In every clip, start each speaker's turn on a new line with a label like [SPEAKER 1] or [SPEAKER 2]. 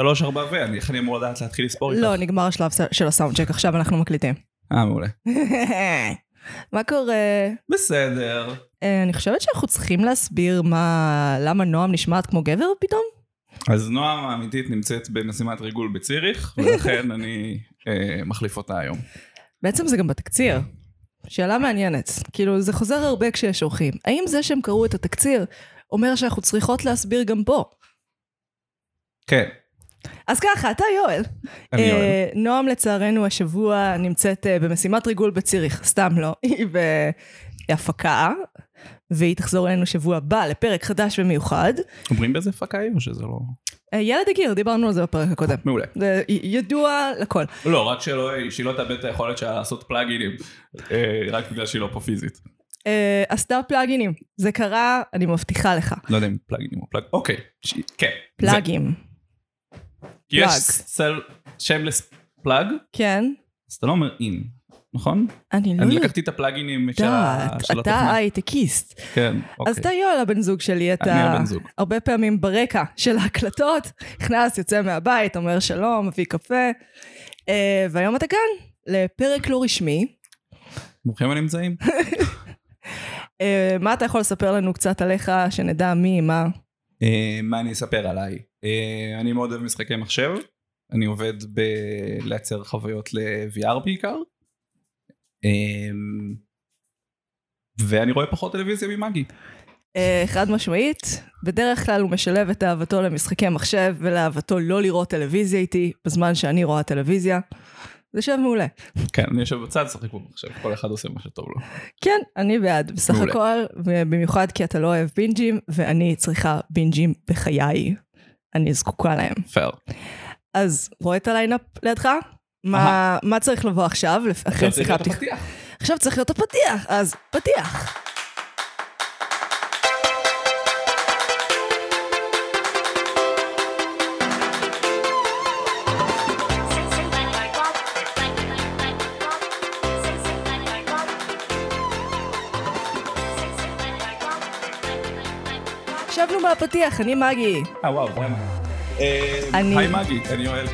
[SPEAKER 1] שלוש, ארבע ו... אני- איך אני אמור לדעת להתחיל לספור איתך?
[SPEAKER 2] לא, נגמר השלב של הסאונדשק, עכשיו אנחנו מקליטים.
[SPEAKER 1] אה, מעולה.
[SPEAKER 2] מה קורה?
[SPEAKER 1] בסדר.
[SPEAKER 2] אה, אני חושבת שאנחנו צריכים להסביר מה... למה נועם נשמעת כמו גבר פתאום?
[SPEAKER 1] אז נועם האמיתית נמצאת במשימת ריגול בציריך, ולכן אני אה, מחליף אותה היום.
[SPEAKER 2] בעצם זה גם בתקציר. שאלה מעניינת. כאילו, זה חוזר הרבה כשיש אורחים. האם זה שהם קראו את התקציר אומר שאנחנו צריכות להסביר גם פה?
[SPEAKER 1] כן,
[SPEAKER 2] אז ככה, אתה יואל.
[SPEAKER 1] אני
[SPEAKER 2] אה,
[SPEAKER 1] אוהב.
[SPEAKER 2] נועם לצערנו השבוע נמצאת אה, במשימת ריגול בציריך, סתם לא, היא בהפקה, והיא תחזור אלינו שבוע הבא לפרק חדש ומיוחד.
[SPEAKER 1] אומרים באיזה פקאי או שזה לא...
[SPEAKER 2] אה, ילד הגיר, דיברנו על זה בפרק הקודם.
[SPEAKER 1] מעולה.
[SPEAKER 2] זה י- ידוע לכל.
[SPEAKER 1] לא, רק שלא, שהיא לא תאבד את היכולת שלה לעשות פלאגינים, אה, רק בגלל שהיא לא פה פיזית.
[SPEAKER 2] אה, עשתה פלאגינים, זה קרה, אני מבטיחה לך.
[SPEAKER 1] לא יודע אם פלאגינים או פלאג... אוקיי, ש... כן. זה-
[SPEAKER 2] פלאגים,
[SPEAKER 1] כי יש
[SPEAKER 2] פלאג.
[SPEAKER 1] סל... שמלס פלאג,
[SPEAKER 2] כן?
[SPEAKER 1] אז אתה לא אומר אין, נכון?
[SPEAKER 2] אני לא
[SPEAKER 1] אני
[SPEAKER 2] יודעת,
[SPEAKER 1] לקחתי את הפלאגינים של ה- של
[SPEAKER 2] אתה
[SPEAKER 1] התוכנה.
[SPEAKER 2] הייטקיסט.
[SPEAKER 1] כן,
[SPEAKER 2] אז
[SPEAKER 1] אוקיי.
[SPEAKER 2] אתה יואל הבן זוג שלי, אתה...
[SPEAKER 1] אני הבן זוג.
[SPEAKER 2] הרבה פעמים ברקע של ההקלטות, נכנס, יוצא מהבית, אומר שלום, מביא קפה, אה, והיום אתה כאן, לפרק לא רשמי.
[SPEAKER 1] ברוכים הנמצאים.
[SPEAKER 2] אה, מה אתה יכול לספר לנו קצת עליך, שנדע מי, מה?
[SPEAKER 1] אה, מה אני אספר עליי? אה, אני מאוד אוהב משחקי מחשב, אני עובד בלייצר חוויות ל-VR בעיקר, אה, ואני רואה פחות טלוויזיה ממאגי.
[SPEAKER 2] אה, חד משמעית, בדרך כלל הוא משלב את אהבתו למשחקי מחשב ולאהבתו לא לראות טלוויזיה איתי, בזמן שאני רואה טלוויזיה. זה שם מעולה.
[SPEAKER 1] כן, אני יושב בצד, שחק במחשב, כל אחד עושה מה שטוב לו.
[SPEAKER 2] כן, אני בעד, בסך
[SPEAKER 1] מעולה.
[SPEAKER 2] הכל, ובמיוחד כי אתה לא אוהב בינג'ים, ואני צריכה בינג'ים בחיי. אני זקוקה להם.
[SPEAKER 1] פייר.
[SPEAKER 2] אז רואה את הליינאפ לידך? מה,
[SPEAKER 1] אהה.
[SPEAKER 2] מה צריך לבוא עכשיו, לפ- אחרי שיחה פתיחה? עכשיו צריך להיות הפתיח, אז פתיח. ישבנו בפתיח, אני מגי,
[SPEAKER 1] אה וואו, רואה מה. אה,
[SPEAKER 2] אני-
[SPEAKER 1] היי מגי, אני יואל.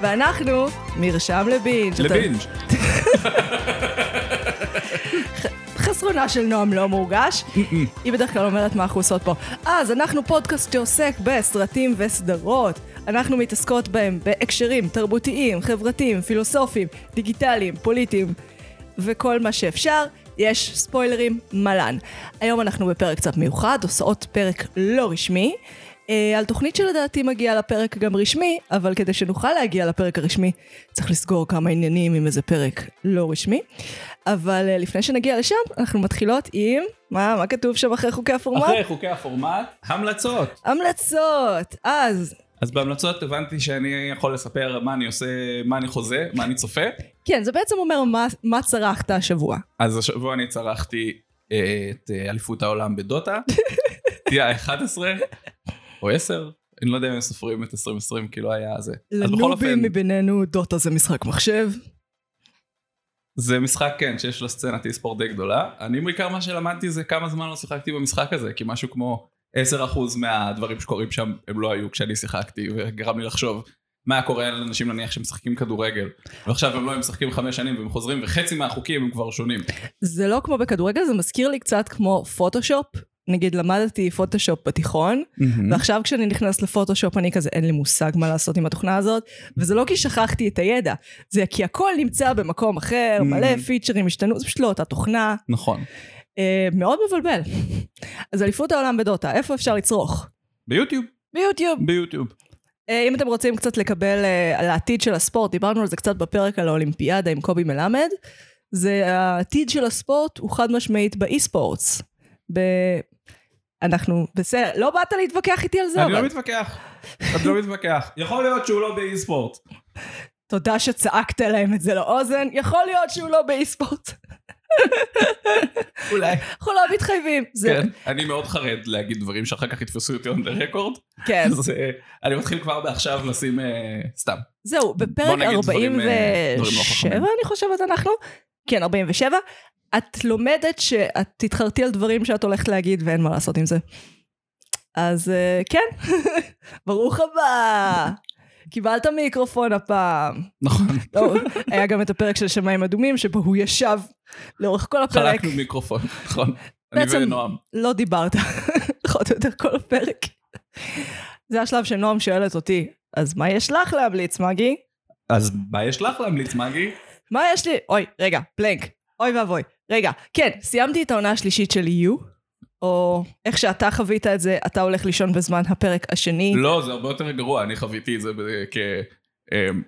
[SPEAKER 2] ואנחנו מרשם לבינג'. שאתה-
[SPEAKER 1] לבינג'.
[SPEAKER 2] חסרונה של נועם לא מורגש. היא בדרך כלל אומרת מה אנחנו עושות פה. אז אנחנו פודקאסט שעוסק בסרטים וסדרות. אנחנו מתעסקות בהם בהקשרים תרבותיים, חברתיים, פילוסופיים, דיגיטליים, פוליטיים וכל מה שאפשר. יש ספוילרים מלן. היום אנחנו בפרק קצת מיוחד, עושות פרק לא רשמי. אה, על תוכנית שלדעתי מגיעה לפרק גם רשמי, אבל כדי שנוכל להגיע לפרק הרשמי, צריך לסגור כמה עניינים עם איזה פרק לא רשמי. אבל אה, לפני שנגיע לשם, אנחנו מתחילות עם... מה, מה כתוב שם אחרי חוקי הפורמט?
[SPEAKER 1] אחרי חוקי הפורמט, המלצות.
[SPEAKER 2] המלצות! אז,
[SPEAKER 1] אז בהמלצות הבנתי שאני יכול לספר מה אני עושה, מה אני חוזה, מה אני צופה.
[SPEAKER 2] כן, זה בעצם אומר מה, מה צרחת השבוע.
[SPEAKER 1] אז השבוע אני צרחתי אה, את אה, אליפות העולם בדוטה, תהיה ה-11 או 10, אני לא יודע אם הם סופרים את 2020 כי לא היה זה. אז בכל אופן,
[SPEAKER 2] לנובים מבינינו, דוטה זה משחק מחשב.
[SPEAKER 1] זה משחק כן שיש לו סצנת אי-ספורט די גדולה. אני בעיקר מה שלמדתי זה כמה זמן לא שיחקתי במשחק הזה, כי משהו כמו 10% מהדברים שקורים שם הם לא היו כשאני שיחקתי, וגרם לי לחשוב. מה היה קורה לאנשים נניח שמשחקים כדורגל ועכשיו הם לא הם משחקים חמש שנים והם חוזרים וחצי מהחוקים הם כבר שונים.
[SPEAKER 2] זה לא כמו בכדורגל, זה מזכיר לי קצת כמו פוטושופ. נגיד, למדתי פוטושופ בתיכון,
[SPEAKER 1] Hmm?
[SPEAKER 2] ועכשיו כשאני נכנס לפוטושופ אני כזה אין לי מושג מה לעשות עם התוכנה הזאת, וזה לא כי שכחתי את הידע, זה כי הכל נמצא במקום אחר, מלא
[SPEAKER 1] Mm.
[SPEAKER 2] פיצ'רים השתנו, זה פשוט לא אותה תוכנה,
[SPEAKER 1] נכון.
[SPEAKER 2] אה, מאוד מבלבל. אז אליפות העולם בדוטה, איפה אפשר לצרוך?
[SPEAKER 1] ביוטיוב.
[SPEAKER 2] ביוטיוב.
[SPEAKER 1] ביוטיוב.
[SPEAKER 2] אה, אם אתם רוצים קצת לקבל אה, על העתיד של הספורט, דיברנו על זה קצת בפרק על האולימפיאדה עם קובי מלמד, זה העתיד של הספורט הוא חד משמעית באי-ספורטס. ב... אנחנו, בסדר, לא באת להתווכח איתי על זה,
[SPEAKER 1] אני
[SPEAKER 2] אבל
[SPEAKER 1] לא מתווכח. אני לא מתווכח. יכול להיות שהוא לא באי-ספורט.
[SPEAKER 2] תודה שצעקת להם את זה לאוזן, יכול להיות שהוא לא באי-ספורט.
[SPEAKER 1] אולי.
[SPEAKER 2] אנחנו לא מתחייבים. זה-
[SPEAKER 1] כן. אני מאוד חרד להגיד דברים שאחר כך יתפסו אותי on the record.
[SPEAKER 2] כן.
[SPEAKER 1] אז אה, אני מתחיל כבר מעכשיו לשים אה, סתם.
[SPEAKER 2] זהו, בפרק
[SPEAKER 1] נגיד דברים, אה, דברים לא
[SPEAKER 2] 47,
[SPEAKER 1] חכמים.
[SPEAKER 2] אני חושבת אנחנו, כן, 47, את לומדת שאת תתחרטי על דברים שאת הולכת להגיד ואין מה לעשות עם זה. אז אה, כן, ברוך הבא. קיבלת מיקרופון הפעם.
[SPEAKER 1] נכון.
[SPEAKER 2] לא, היה גם את הפרק של שמיים אדומים, שבו הוא ישב לאורך כל הפרק.
[SPEAKER 1] חלקנו מיקרופון, נכון. אני
[SPEAKER 2] בעצם-
[SPEAKER 1] ונועם.
[SPEAKER 2] לא דיברת, פחות או יותר כל הפרק. זה השלב שנועם שואלת אותי, אז מה יש לך להמליץ, מגי?
[SPEAKER 1] אז מה יש לך להמליץ, מגי?
[SPEAKER 2] מה יש לי? אוי, רגע, פלנק. אוי ואבוי. רגע, כן, סיימתי את העונה השלישית של יו, או איך שאתה חווית את זה, אתה הולך לישון בזמן הפרק השני.
[SPEAKER 1] לא, זה הרבה יותר גרוע, אני חוויתי את זה ב- כ... אמ,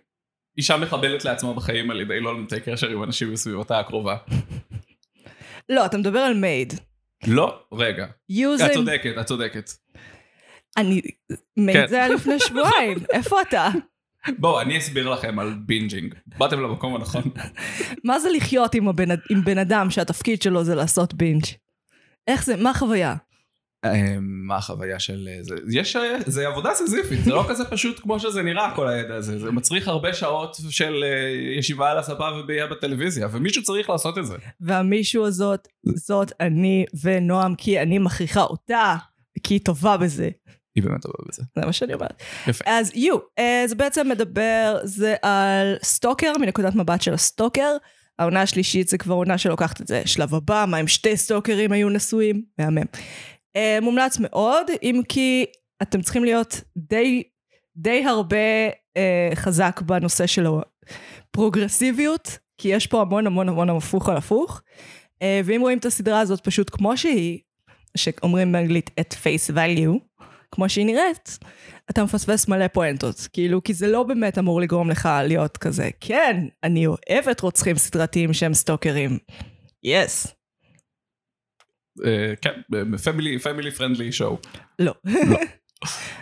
[SPEAKER 1] אישה מחבלת לעצמה בחיים על ידי לא לנתק קשר עם אנשים בסביבתה הקרובה.
[SPEAKER 2] לא, אתה מדבר על מייד.
[SPEAKER 1] לא, רגע.
[SPEAKER 2] יו זה...
[SPEAKER 1] את צודקת, את צודקת.
[SPEAKER 2] אני... מייד
[SPEAKER 1] כן.
[SPEAKER 2] זה היה לפני שבועיים, איפה אתה?
[SPEAKER 1] בואו, אני אסביר לכם על בינג'ינג. באתם למקום הנכון.
[SPEAKER 2] מה זה לחיות עם, הבן, עם בן אדם שהתפקיד שלו זה לעשות בינג'? איך זה, מה החוויה?
[SPEAKER 1] אמ, מה החוויה של אה, זה? יש, אה, זה עבודה סיזיפית, זה לא כזה פשוט כמו שזה נראה כל הידע הזה, זה מצריך הרבה שעות של אה, ישיבה על הספה ובעיה בטלוויזיה, ומישהו צריך לעשות את זה.
[SPEAKER 2] והמישהו הזאת, זאת אני ונועם, כי אני מכריחה אותה, כי היא טובה בזה.
[SPEAKER 1] היא באמת טובה בזה.
[SPEAKER 2] זה מה שאני אומרת.
[SPEAKER 1] יפה.
[SPEAKER 2] אז יו, אה, זה בעצם מדבר, זה על סטוקר, מנקודת מבט של הסטוקר. העונה השלישית זה כבר עונה שלוקחת את זה שלב הבא, מה אם שתי סטוקרים היו נשואים? מהמם. אה, מומלץ מאוד, אם כי אתם צריכים להיות די, די הרבה אה, חזק בנושא של הפרוגרסיביות, כי יש פה המון המון המון הפוך על הפוך. אה, ואם רואים את הסדרה הזאת פשוט כמו שהיא, שאומרים באנגלית at face value, כמו שהיא נראית, אתה מפספס מלא פואנטות. כאילו, כי זה לא באמת אמור לגרום לך להיות כזה, כן, אני אוהבת רוצחים סדרתיים שהם סטוקרים. יס. Yes.
[SPEAKER 1] אה, כן, פמילי פרנדלי שואו.
[SPEAKER 2] לא.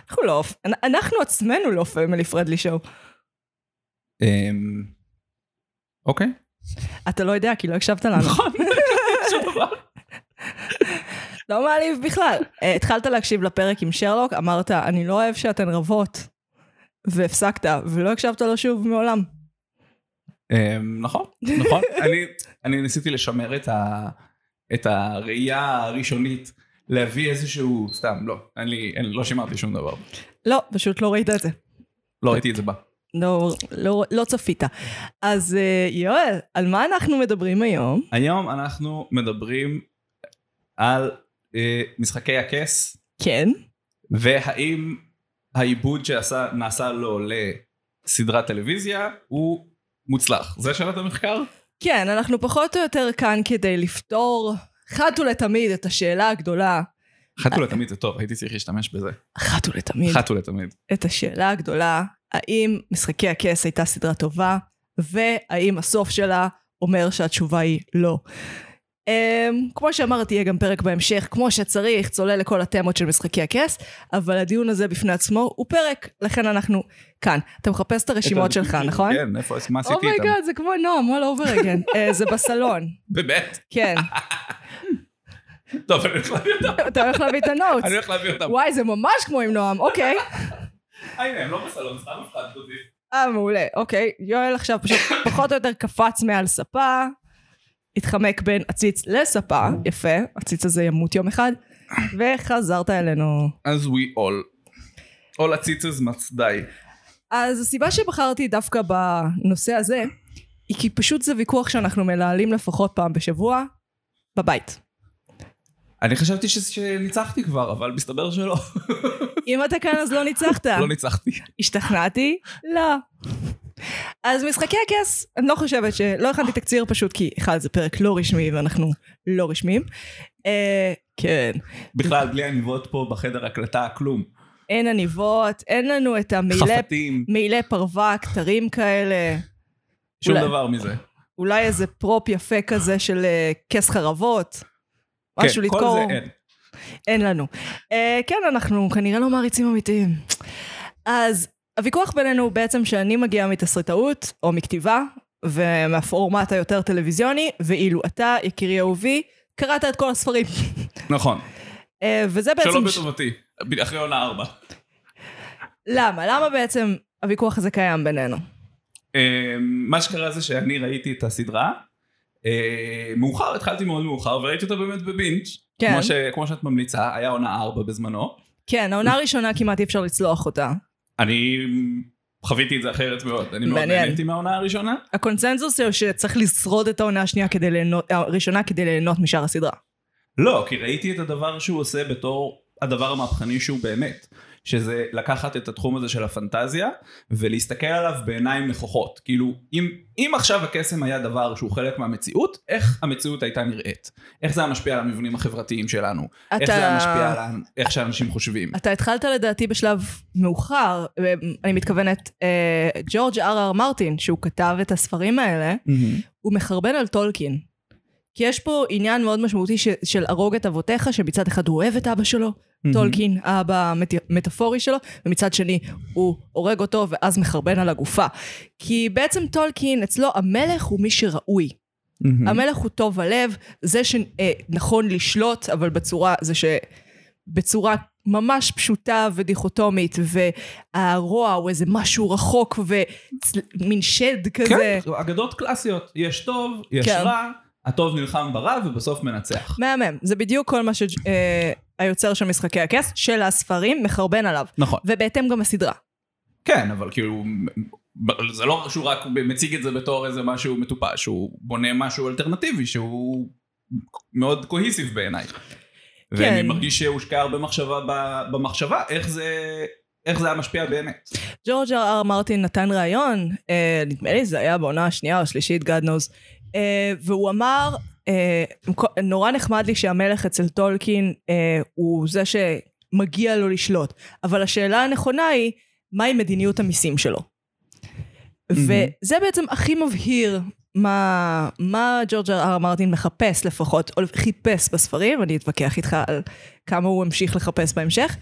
[SPEAKER 2] אנחנו לא, אנ- אנחנו עצמנו לא פמילי פרדלי שואו.
[SPEAKER 1] אמ, אוקיי.
[SPEAKER 2] אתה לא יודע, כי לא הקשבת לנו. נכון. לא מעליב בכלל. אה, התחלת להקשיב לפרק עם שרלוק, אמרת, אני לא אוהב שאתן רבות. והפסקת, ולא הקשבת לו שוב מעולם.
[SPEAKER 1] אמ, נכון, נכון. אני, אני ניסיתי לשמר את, ה, את הראייה הראשונית, להביא איזשהו, סתם, לא, אין לי, אין, לא שימרתי שום דבר.
[SPEAKER 2] לא, פשוט לא ראית את זה.
[SPEAKER 1] לא ראיתי את זה בא.
[SPEAKER 2] לא, לא, לא צפית. אז אה, יואל, על מה אנחנו מדברים היום?
[SPEAKER 1] היום אנחנו מדברים על אה, משחקי הכס,
[SPEAKER 2] כן.
[SPEAKER 1] והאם העיבוד שעשה- נעשה לו לסדרת טלוויזיה הוא מוצלח. זה שאלת המחקר?
[SPEAKER 2] כן, אנחנו פחות או יותר כאן כדי לפתור אחת ולתמיד את השאלה הגדולה,
[SPEAKER 1] אחת ולתמיד זה טוב, הייתי צריך להשתמש בזה.
[SPEAKER 2] אחת ולתמיד,
[SPEAKER 1] אחת ולתמיד.
[SPEAKER 2] את השאלה הגדולה, האם משחקי הכס הייתה סדרה טובה, והאם הסוף שלה אומר שהתשובה היא לא. Um, כמו שאמרתי, יהיה גם פרק בהמשך, כמו שצריך, צולל לכל התמות של משחקי הכס, אבל הדיון הזה בפני עצמו הוא פרק, לכן אנחנו כאן. אתה מחפש את הרשימות שלך, נכון?
[SPEAKER 1] כן, איפה, מה עשיתי איתם?
[SPEAKER 2] אומייגוד, זה כמו נועם, all over again. אה, זה בסלון,
[SPEAKER 1] באמת?
[SPEAKER 2] כן.
[SPEAKER 1] טוב, אני הולך להביא אותם.
[SPEAKER 2] אתה הולך להביא את הנוטס.
[SPEAKER 1] אני הולך להביא אותם.
[SPEAKER 2] וואי, זה ממש כמו עם נועם, אוקיי.
[SPEAKER 1] אה, הנה, הם לא בסלון, סתם הפחדת אותי.
[SPEAKER 2] אה, מעולה, אוקיי. יואל עכשיו פשוט פחות או יותר קפץ מעל ספה, התחמק בין עציץ לספה, יפה, הציץ הזה ימות יום אחד, וחזרת אלינו.
[SPEAKER 1] אז we all. all הציצז מצדאי.
[SPEAKER 2] אז הסיבה שבחרתי דווקא בנושא הזה, היא כי פשוט זה ויכוח שאנחנו מנהלים לפחות פעם בשבוע, בבית.
[SPEAKER 1] אני חשבתי ש- שניצחתי כבר, אבל מסתבר שלא.
[SPEAKER 2] אם אתה כאן אז לא ניצחת.
[SPEAKER 1] לא ניצחתי.
[SPEAKER 2] השתכנעתי? לא. אז משחקי הכס, אני לא חושבת ש... לא הכנתי תקציר פשוט כי אחד זה פרק לא רשמי ואנחנו לא רשמיים. אה, כן.
[SPEAKER 1] בכלל, בלי עניבות פה בחדר הקלטה, כלום.
[SPEAKER 2] אין עניבות, אין לנו את המעילי
[SPEAKER 1] חפתים,
[SPEAKER 2] מעילי פרווה, כתרים כאלה,
[SPEAKER 1] שום
[SPEAKER 2] אולי.
[SPEAKER 1] דבר מזה.
[SPEAKER 2] אולי איזה פרופ יפה כזה של אה, כס חרבות.
[SPEAKER 1] כן,
[SPEAKER 2] משהו
[SPEAKER 1] כל
[SPEAKER 2] לדקור.
[SPEAKER 1] זה אין.
[SPEAKER 2] אין לנו. אה, כן, אנחנו כנראה לא מעריצים אמיתיים. אז הוויכוח בינינו הוא בעצם שאני מגיעה מתסריטאות, או מכתיבה, ומהפורמט היותר טלוויזיוני, ואילו אתה, יקירי אהובי, קראת את כל הספרים.
[SPEAKER 1] נכון.
[SPEAKER 2] אה, וזה בעצם...
[SPEAKER 1] שלום
[SPEAKER 2] ש-
[SPEAKER 1] בטובתי. ב- אחרי עונה ארבע.
[SPEAKER 2] למה? למה בעצם הוויכוח הזה קיים בינינו?
[SPEAKER 1] אמ, מה שקרה זה שאני ראיתי את הסדרה. אה, מאוחר, התחלתי מאוד מאוחר, וראיתי אותה באמת בבינג'.
[SPEAKER 2] כן.
[SPEAKER 1] כמו ש- כמו שאת ממליצה, היה עונה ארבע בזמנו.
[SPEAKER 2] כן, העונה הראשונה כמעט אי אפשר לצלוח אותה.
[SPEAKER 1] אני חוויתי את זה אחרת מאוד. אני מאוד
[SPEAKER 2] מעניין.
[SPEAKER 1] נהניתי מהעונה הראשונה.
[SPEAKER 2] הקונצנזוס הוא שצריך לשרוד את העונה השנייה כדי ליהנות, הראשונה כדי ליהנות משאר הסדרה.
[SPEAKER 1] לא, כי ראיתי את הדבר שהוא עושה בתור הדבר המהפכני שהוא באמת. שזה לקחת את התחום הזה של הפנטזיה ולהסתכל עליו בעיניים נכוחות. כאילו, אם, אם עכשיו הקסם היה דבר שהוא חלק מהמציאות, איך המציאות הייתה נראית? איך זה היה משפיע על המבנים החברתיים שלנו? איך זה היה משפיע על ה- איך שאנשים חושבים?
[SPEAKER 2] אתה התחלת לדעתי בשלב מאוחר, אה, אני מתכוונת, אה, ג'ורג' אר אר מרטין, שהוא כתב את הספרים האלה,
[SPEAKER 1] מהמם.
[SPEAKER 2] הוא מחרבן על טולקין. כי יש פה עניין מאוד משמעותי ש, של הרוג את אבותיך, שמצד אחד הוא אוהב את אבא שלו,
[SPEAKER 1] מהמם.
[SPEAKER 2] טולקין, האבא המטאפורי שלו, ומצד שני הוא הורג אותו ואז מחרבן על הגופה. כי בעצם טולקין, אצלו המלך הוא מי שראוי.
[SPEAKER 1] מהמם.
[SPEAKER 2] המלך הוא טוב הלב, זה שנכון לשלוט, אבל בצורה, זה שבצורה ממש פשוטה ודיכוטומית, והרוע הוא איזה משהו רחוק ומין שד כזה.
[SPEAKER 1] כן, אגדות קלאסיות. יש טוב, יש
[SPEAKER 2] כן.
[SPEAKER 1] רע, הטוב נלחם ברע ובסוף מנצח.
[SPEAKER 2] מהמם, זה בדיוק כל מה שהיוצר של משחקי הכס, של הספרים, מחרבן עליו.
[SPEAKER 1] נכון.
[SPEAKER 2] ובהתאם גם הסדרה.
[SPEAKER 1] כן, אבל כאילו, ב- זה לא שהוא רק מציג את זה בתור איזה משהו מטופש, הוא בונה משהו אלטרנטיבי שהוא מאוד קוהיסיב בעיניי. ואני מרגיש שהושקעה הרבה מחשבה ב- במחשבה, איך זה... איך זה היה משפיע באמת.
[SPEAKER 2] ג'ורג' אר אר מרטין נתן ראיון, אה, נדמה לי זה היה בעונה השנייה או השלישית, God knows, אה, והוא אמר, אה, מק- נורא נחמד לי שהמלך אצל טולקין אה, הוא זה שמגיע לו לשלוט, אבל השאלה הנכונה היא, מהי מדיניות המיסים שלו? וזה בעצם הכי מבהיר מה, מה ג'ורג' אר אר מרטין מחפש לפחות, או חיפש בספרים, אני אתווכח איתך על כמה הוא המשיך לחפש בהמשך.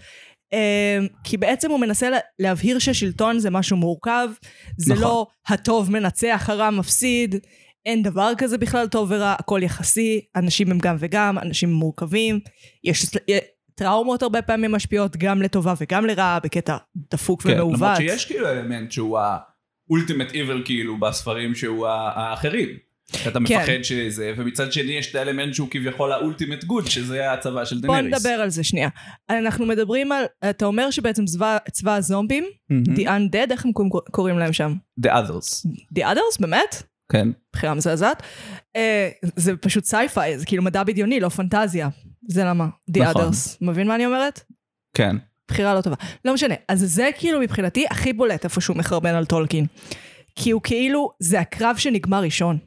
[SPEAKER 2] אמ, כי בעצם הוא מנסה לה- להבהיר ששלטון זה משהו מורכב, זה
[SPEAKER 1] נכון.
[SPEAKER 2] לא הטוב מנצח, הרע מפסיד, אין דבר כזה בכלל טוב ורע, הכל יחסי, אנשים הם גם וגם, אנשים הם מורכבים, יש י- טראומות הרבה פעמים משפיעות גם לטובה וגם לרעה, בקטע דפוק ומעוות.
[SPEAKER 1] כן, למרות שיש כאילו אלמנט שהוא ה-ultimate evil כאילו בספרים שהוא ה- האחרים. שאתה מפחד שזה, ומצד שני יש את האלמנט שהוא כביכול ה-ultimate good, שזה הצבא של
[SPEAKER 2] בוא
[SPEAKER 1] דנריס.
[SPEAKER 2] נדבר על זה שנייה. אנחנו מדברים על, אתה אומר שבעצם צבא, צבא הזומבים,
[SPEAKER 1] Mm-hmm.
[SPEAKER 2] The Undead, איך הם קוראים- קוראים להם שם?
[SPEAKER 1] The others.
[SPEAKER 2] The Others, באמת?
[SPEAKER 1] כן.
[SPEAKER 2] בחירה מזעזעת. אה, זה פשוט סייפיי, זה כאילו מדע בדיוני, לא פנטזיה. זה למה. The
[SPEAKER 1] נכון.
[SPEAKER 2] Others. מבין מה אני אומרת?
[SPEAKER 1] כן.
[SPEAKER 2] בחירה לא טובה. לא משנה. אז זה כאילו מבחינתי הכי בולט איפה שהוא מחרבן על טולקין. כי הוא כאילו, זה הקרב שנגמר ראשון.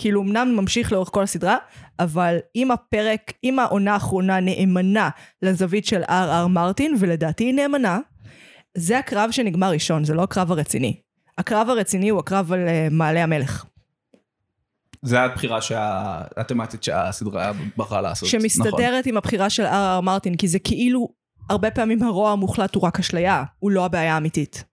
[SPEAKER 2] כאילו אמנם ממשיך לאורך כל הסדרה, אבל אם הפרק, אם העונה האחרונה נאמנה לזווית של אר אר מרטין, ולדעתי היא נאמנה, זה הקרב שנגמר ראשון, זה לא הקרב הרציני. הקרב הרציני הוא הקרב על אה, מעלה המלך.
[SPEAKER 1] זה הבחירה שה... התמטית שהסדרה בחרה לעשות. נכון.
[SPEAKER 2] שמסתדרת עם הבחירה של אר אר מרטין, כי זה כאילו, הרבה פעמים הרוע המוחלט הוא רק אשליה, הוא לא הבעיה האמיתית.
[SPEAKER 1] נכון.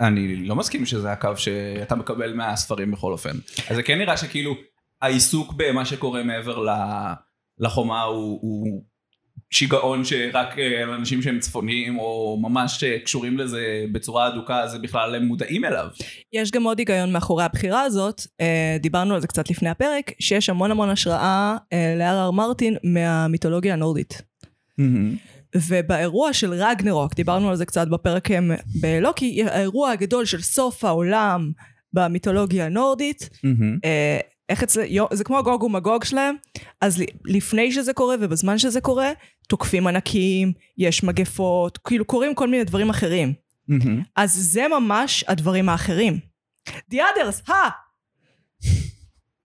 [SPEAKER 1] אני לא מסכים שזה הקו שאתה מקבל מהספרים בכל אופן. אז זה כן נראה שכאילו העיסוק במה שקורה מעבר ל- לחומה הוא, הוא שיגעון שרק אה, לאנשים שהם צפוניים או ממש אה, קשורים לזה בצורה אדוקה זה בכלל הם מודעים אליו.
[SPEAKER 2] יש גם עוד היגיון מאחורי הבחירה הזאת, אה, דיברנו על זה קצת לפני הפרק, שיש המון המון השראה אה, לאר אר מרטין מהמיתולוגיה הנורדית. ובאירוע של רגנרוק, דיברנו על זה קצת בפרק אה, בלוקי, האירוע הגדול של סוף העולם במיתולוגיה הנורדית, אה, איך אצל... יו- זה כמו הגוג ומגוג שלהם, אז ל- לפני שזה קורה ובזמן שזה קורה, תוקפים ענקים, יש מגפות, כאילו קורים כל מיני דברים אחרים. אז זה ממש הדברים האחרים. The others, הא!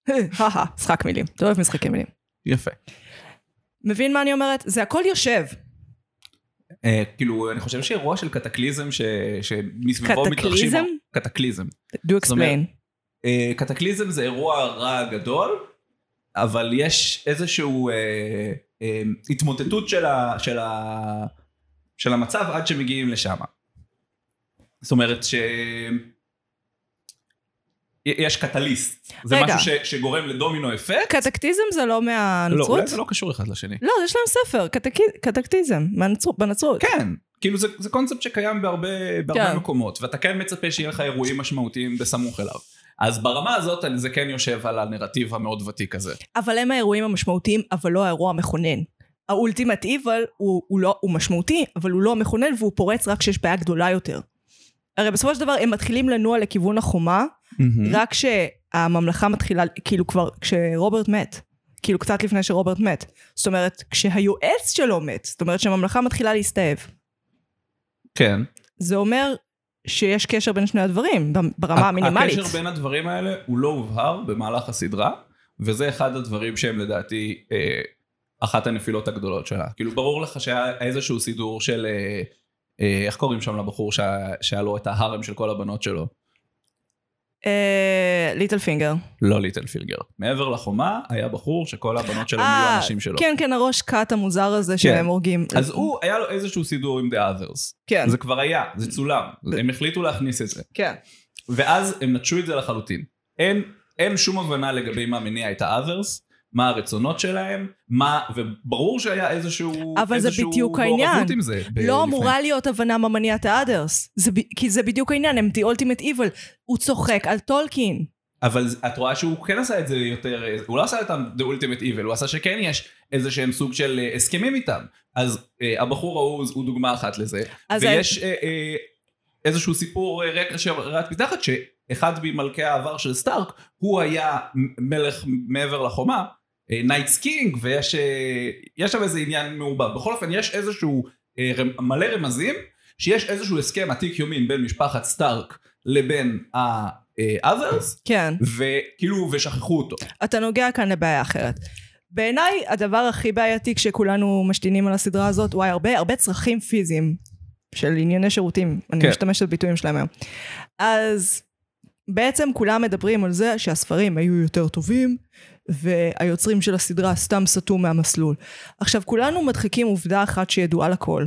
[SPEAKER 2] הא הא, משחק מילים. אתה אוהב משחקי מילים.
[SPEAKER 1] יפה.
[SPEAKER 2] מבין מה אני אומרת? זה הכל יושב.
[SPEAKER 1] אה, כאילו אני חושב שאירוע של קטקליזם ש... שמסביבו מתרחשים...
[SPEAKER 2] קטקליזם?
[SPEAKER 1] קטקליזם.
[SPEAKER 2] Do
[SPEAKER 1] זאת אומרת,
[SPEAKER 2] explain.
[SPEAKER 1] אה, קטקליזם זה אירוע רע גדול, אבל יש איזשהו אה, אה, התמוטטות של, ה, של, ה, של המצב עד שמגיעים לשם. זאת אומרת ש... יש קטליסט, זה
[SPEAKER 2] רגע.
[SPEAKER 1] משהו ש, שגורם לדומינו אפקט.
[SPEAKER 2] קטקטיזם זה לא
[SPEAKER 1] לא,
[SPEAKER 2] מהנצרות?
[SPEAKER 1] אולי זה לא קשור אחד לשני.
[SPEAKER 2] לא, יש להם ספר, קטק- קטקטיזם, מהנצרות- בנצרות.
[SPEAKER 1] כן, כאילו זה, זה קונספט שקיים בהרבה, בהרבה
[SPEAKER 2] כן.
[SPEAKER 1] מקומות, ואתה כן מצפה שיהיה לך אירועים משמעותיים בסמוך אליו. אז ברמה הזאת זה כן יושב על הנרטיב המאוד ותיק הזה.
[SPEAKER 2] אבל הם האירועים המשמעותיים, אבל לא האירוע המכונן. האולטימט איבל הוא, הוא, לא, הוא משמעותי, אבל הוא לא המכונן והוא פורץ רק כשיש בעיה גדולה יותר. הרי בסופו של דבר הם מתחילים לנוע לכיוון החומה,
[SPEAKER 1] מהמם.
[SPEAKER 2] רק כשהממלכה מתחילה, כאילו כבר, כשרוברט מת. כאילו קצת לפני שרוברט מת. זאת אומרת, כשהיועץ שלו מת. זאת אומרת שהממלכה מתחילה להסתאב.
[SPEAKER 1] כן.
[SPEAKER 2] זה אומר שיש קשר בין שני הדברים, ברמה המינימלית.
[SPEAKER 1] הקשר בין הדברים האלה הוא לא הובהר במהלך הסדרה, וזה אחד הדברים שהם לדעתי אה, אחת הנפילות הגדולות שלה. כאילו ברור לך שהיה איזשהו סידור של, אה, אה, איך קוראים שם לבחור שה, שהיה לו את ההרם של כל הבנות שלו?
[SPEAKER 2] אה, ליטל פינגר.
[SPEAKER 1] לא ליטל פילגר. מעבר לחומה היה בחור שכל הבנות שלו היו הנשים שלו. כן.
[SPEAKER 2] כן, כן, הראש כת המוזר הזה שהם הורגים.
[SPEAKER 1] אז הוא, היה לו איזשהו סידור עם The Others.
[SPEAKER 2] כן,
[SPEAKER 1] זה כבר היה, זה צולם. הם החליטו להכניס את זה.
[SPEAKER 2] כן.
[SPEAKER 1] ואז הם נטשו את זה לחלוטין. אין, אין שום הבנה לגבי מה מניע את ה-others, מה הרצונות שלהם, מה, וברור שהיה איזשהו,
[SPEAKER 2] אבל זה
[SPEAKER 1] איזשהו
[SPEAKER 2] בדיוק העניין.
[SPEAKER 1] מעורבות עם זה. ב-
[SPEAKER 2] לא אמורה להיות הבנה מה מניע את האדרס. זה ב- כי זה בדיוק העניין, הם The Ultimate Evil. הוא צוחק על טולקין.
[SPEAKER 1] אבל את רואה שהוא כן עשה את זה יותר, הוא לא עשה איתם The Ultimate Evil, הוא עשה שכן יש איזה שהם סוג של אה, הסכמים איתם. אז אה, הבחור ההוא הוא דוגמה אחת לזה.
[SPEAKER 2] אז
[SPEAKER 1] ויש אה, אה, איזשהו סיפור אה, רקע שרץ מתחת, שאחד ממלכי העבר של סטארק, הוא היה מ- מלך מעבר לחומה, אה, נייטס קינג, ויש אה, יש שם איזה עניין מעובד. בכל אופן, יש איזשהו, אה, רמ- מלא רמזים, שיש איזשהו הסכם עתיק יומין בין משפחת סטארק לבין ה-others,
[SPEAKER 2] כן.
[SPEAKER 1] וכאילו, ושכחו אותו.
[SPEAKER 2] אתה נוגע כאן לבעיה אחרת. בעיניי הדבר הכי בעייתי כשכולנו משתינים על הסדרה הזאת, וואי, הרבה, הרבה צרכים פיזיים של ענייני שירותים, אני
[SPEAKER 1] כן.
[SPEAKER 2] משתמשת בביטויים שלהם היום. אז בעצם כולם מדברים על זה שהספרים היו יותר טובים, והיוצרים של הסדרה סתם סטו מהמסלול. עכשיו, כולנו מדחיקים עובדה אחת שידועה לכל.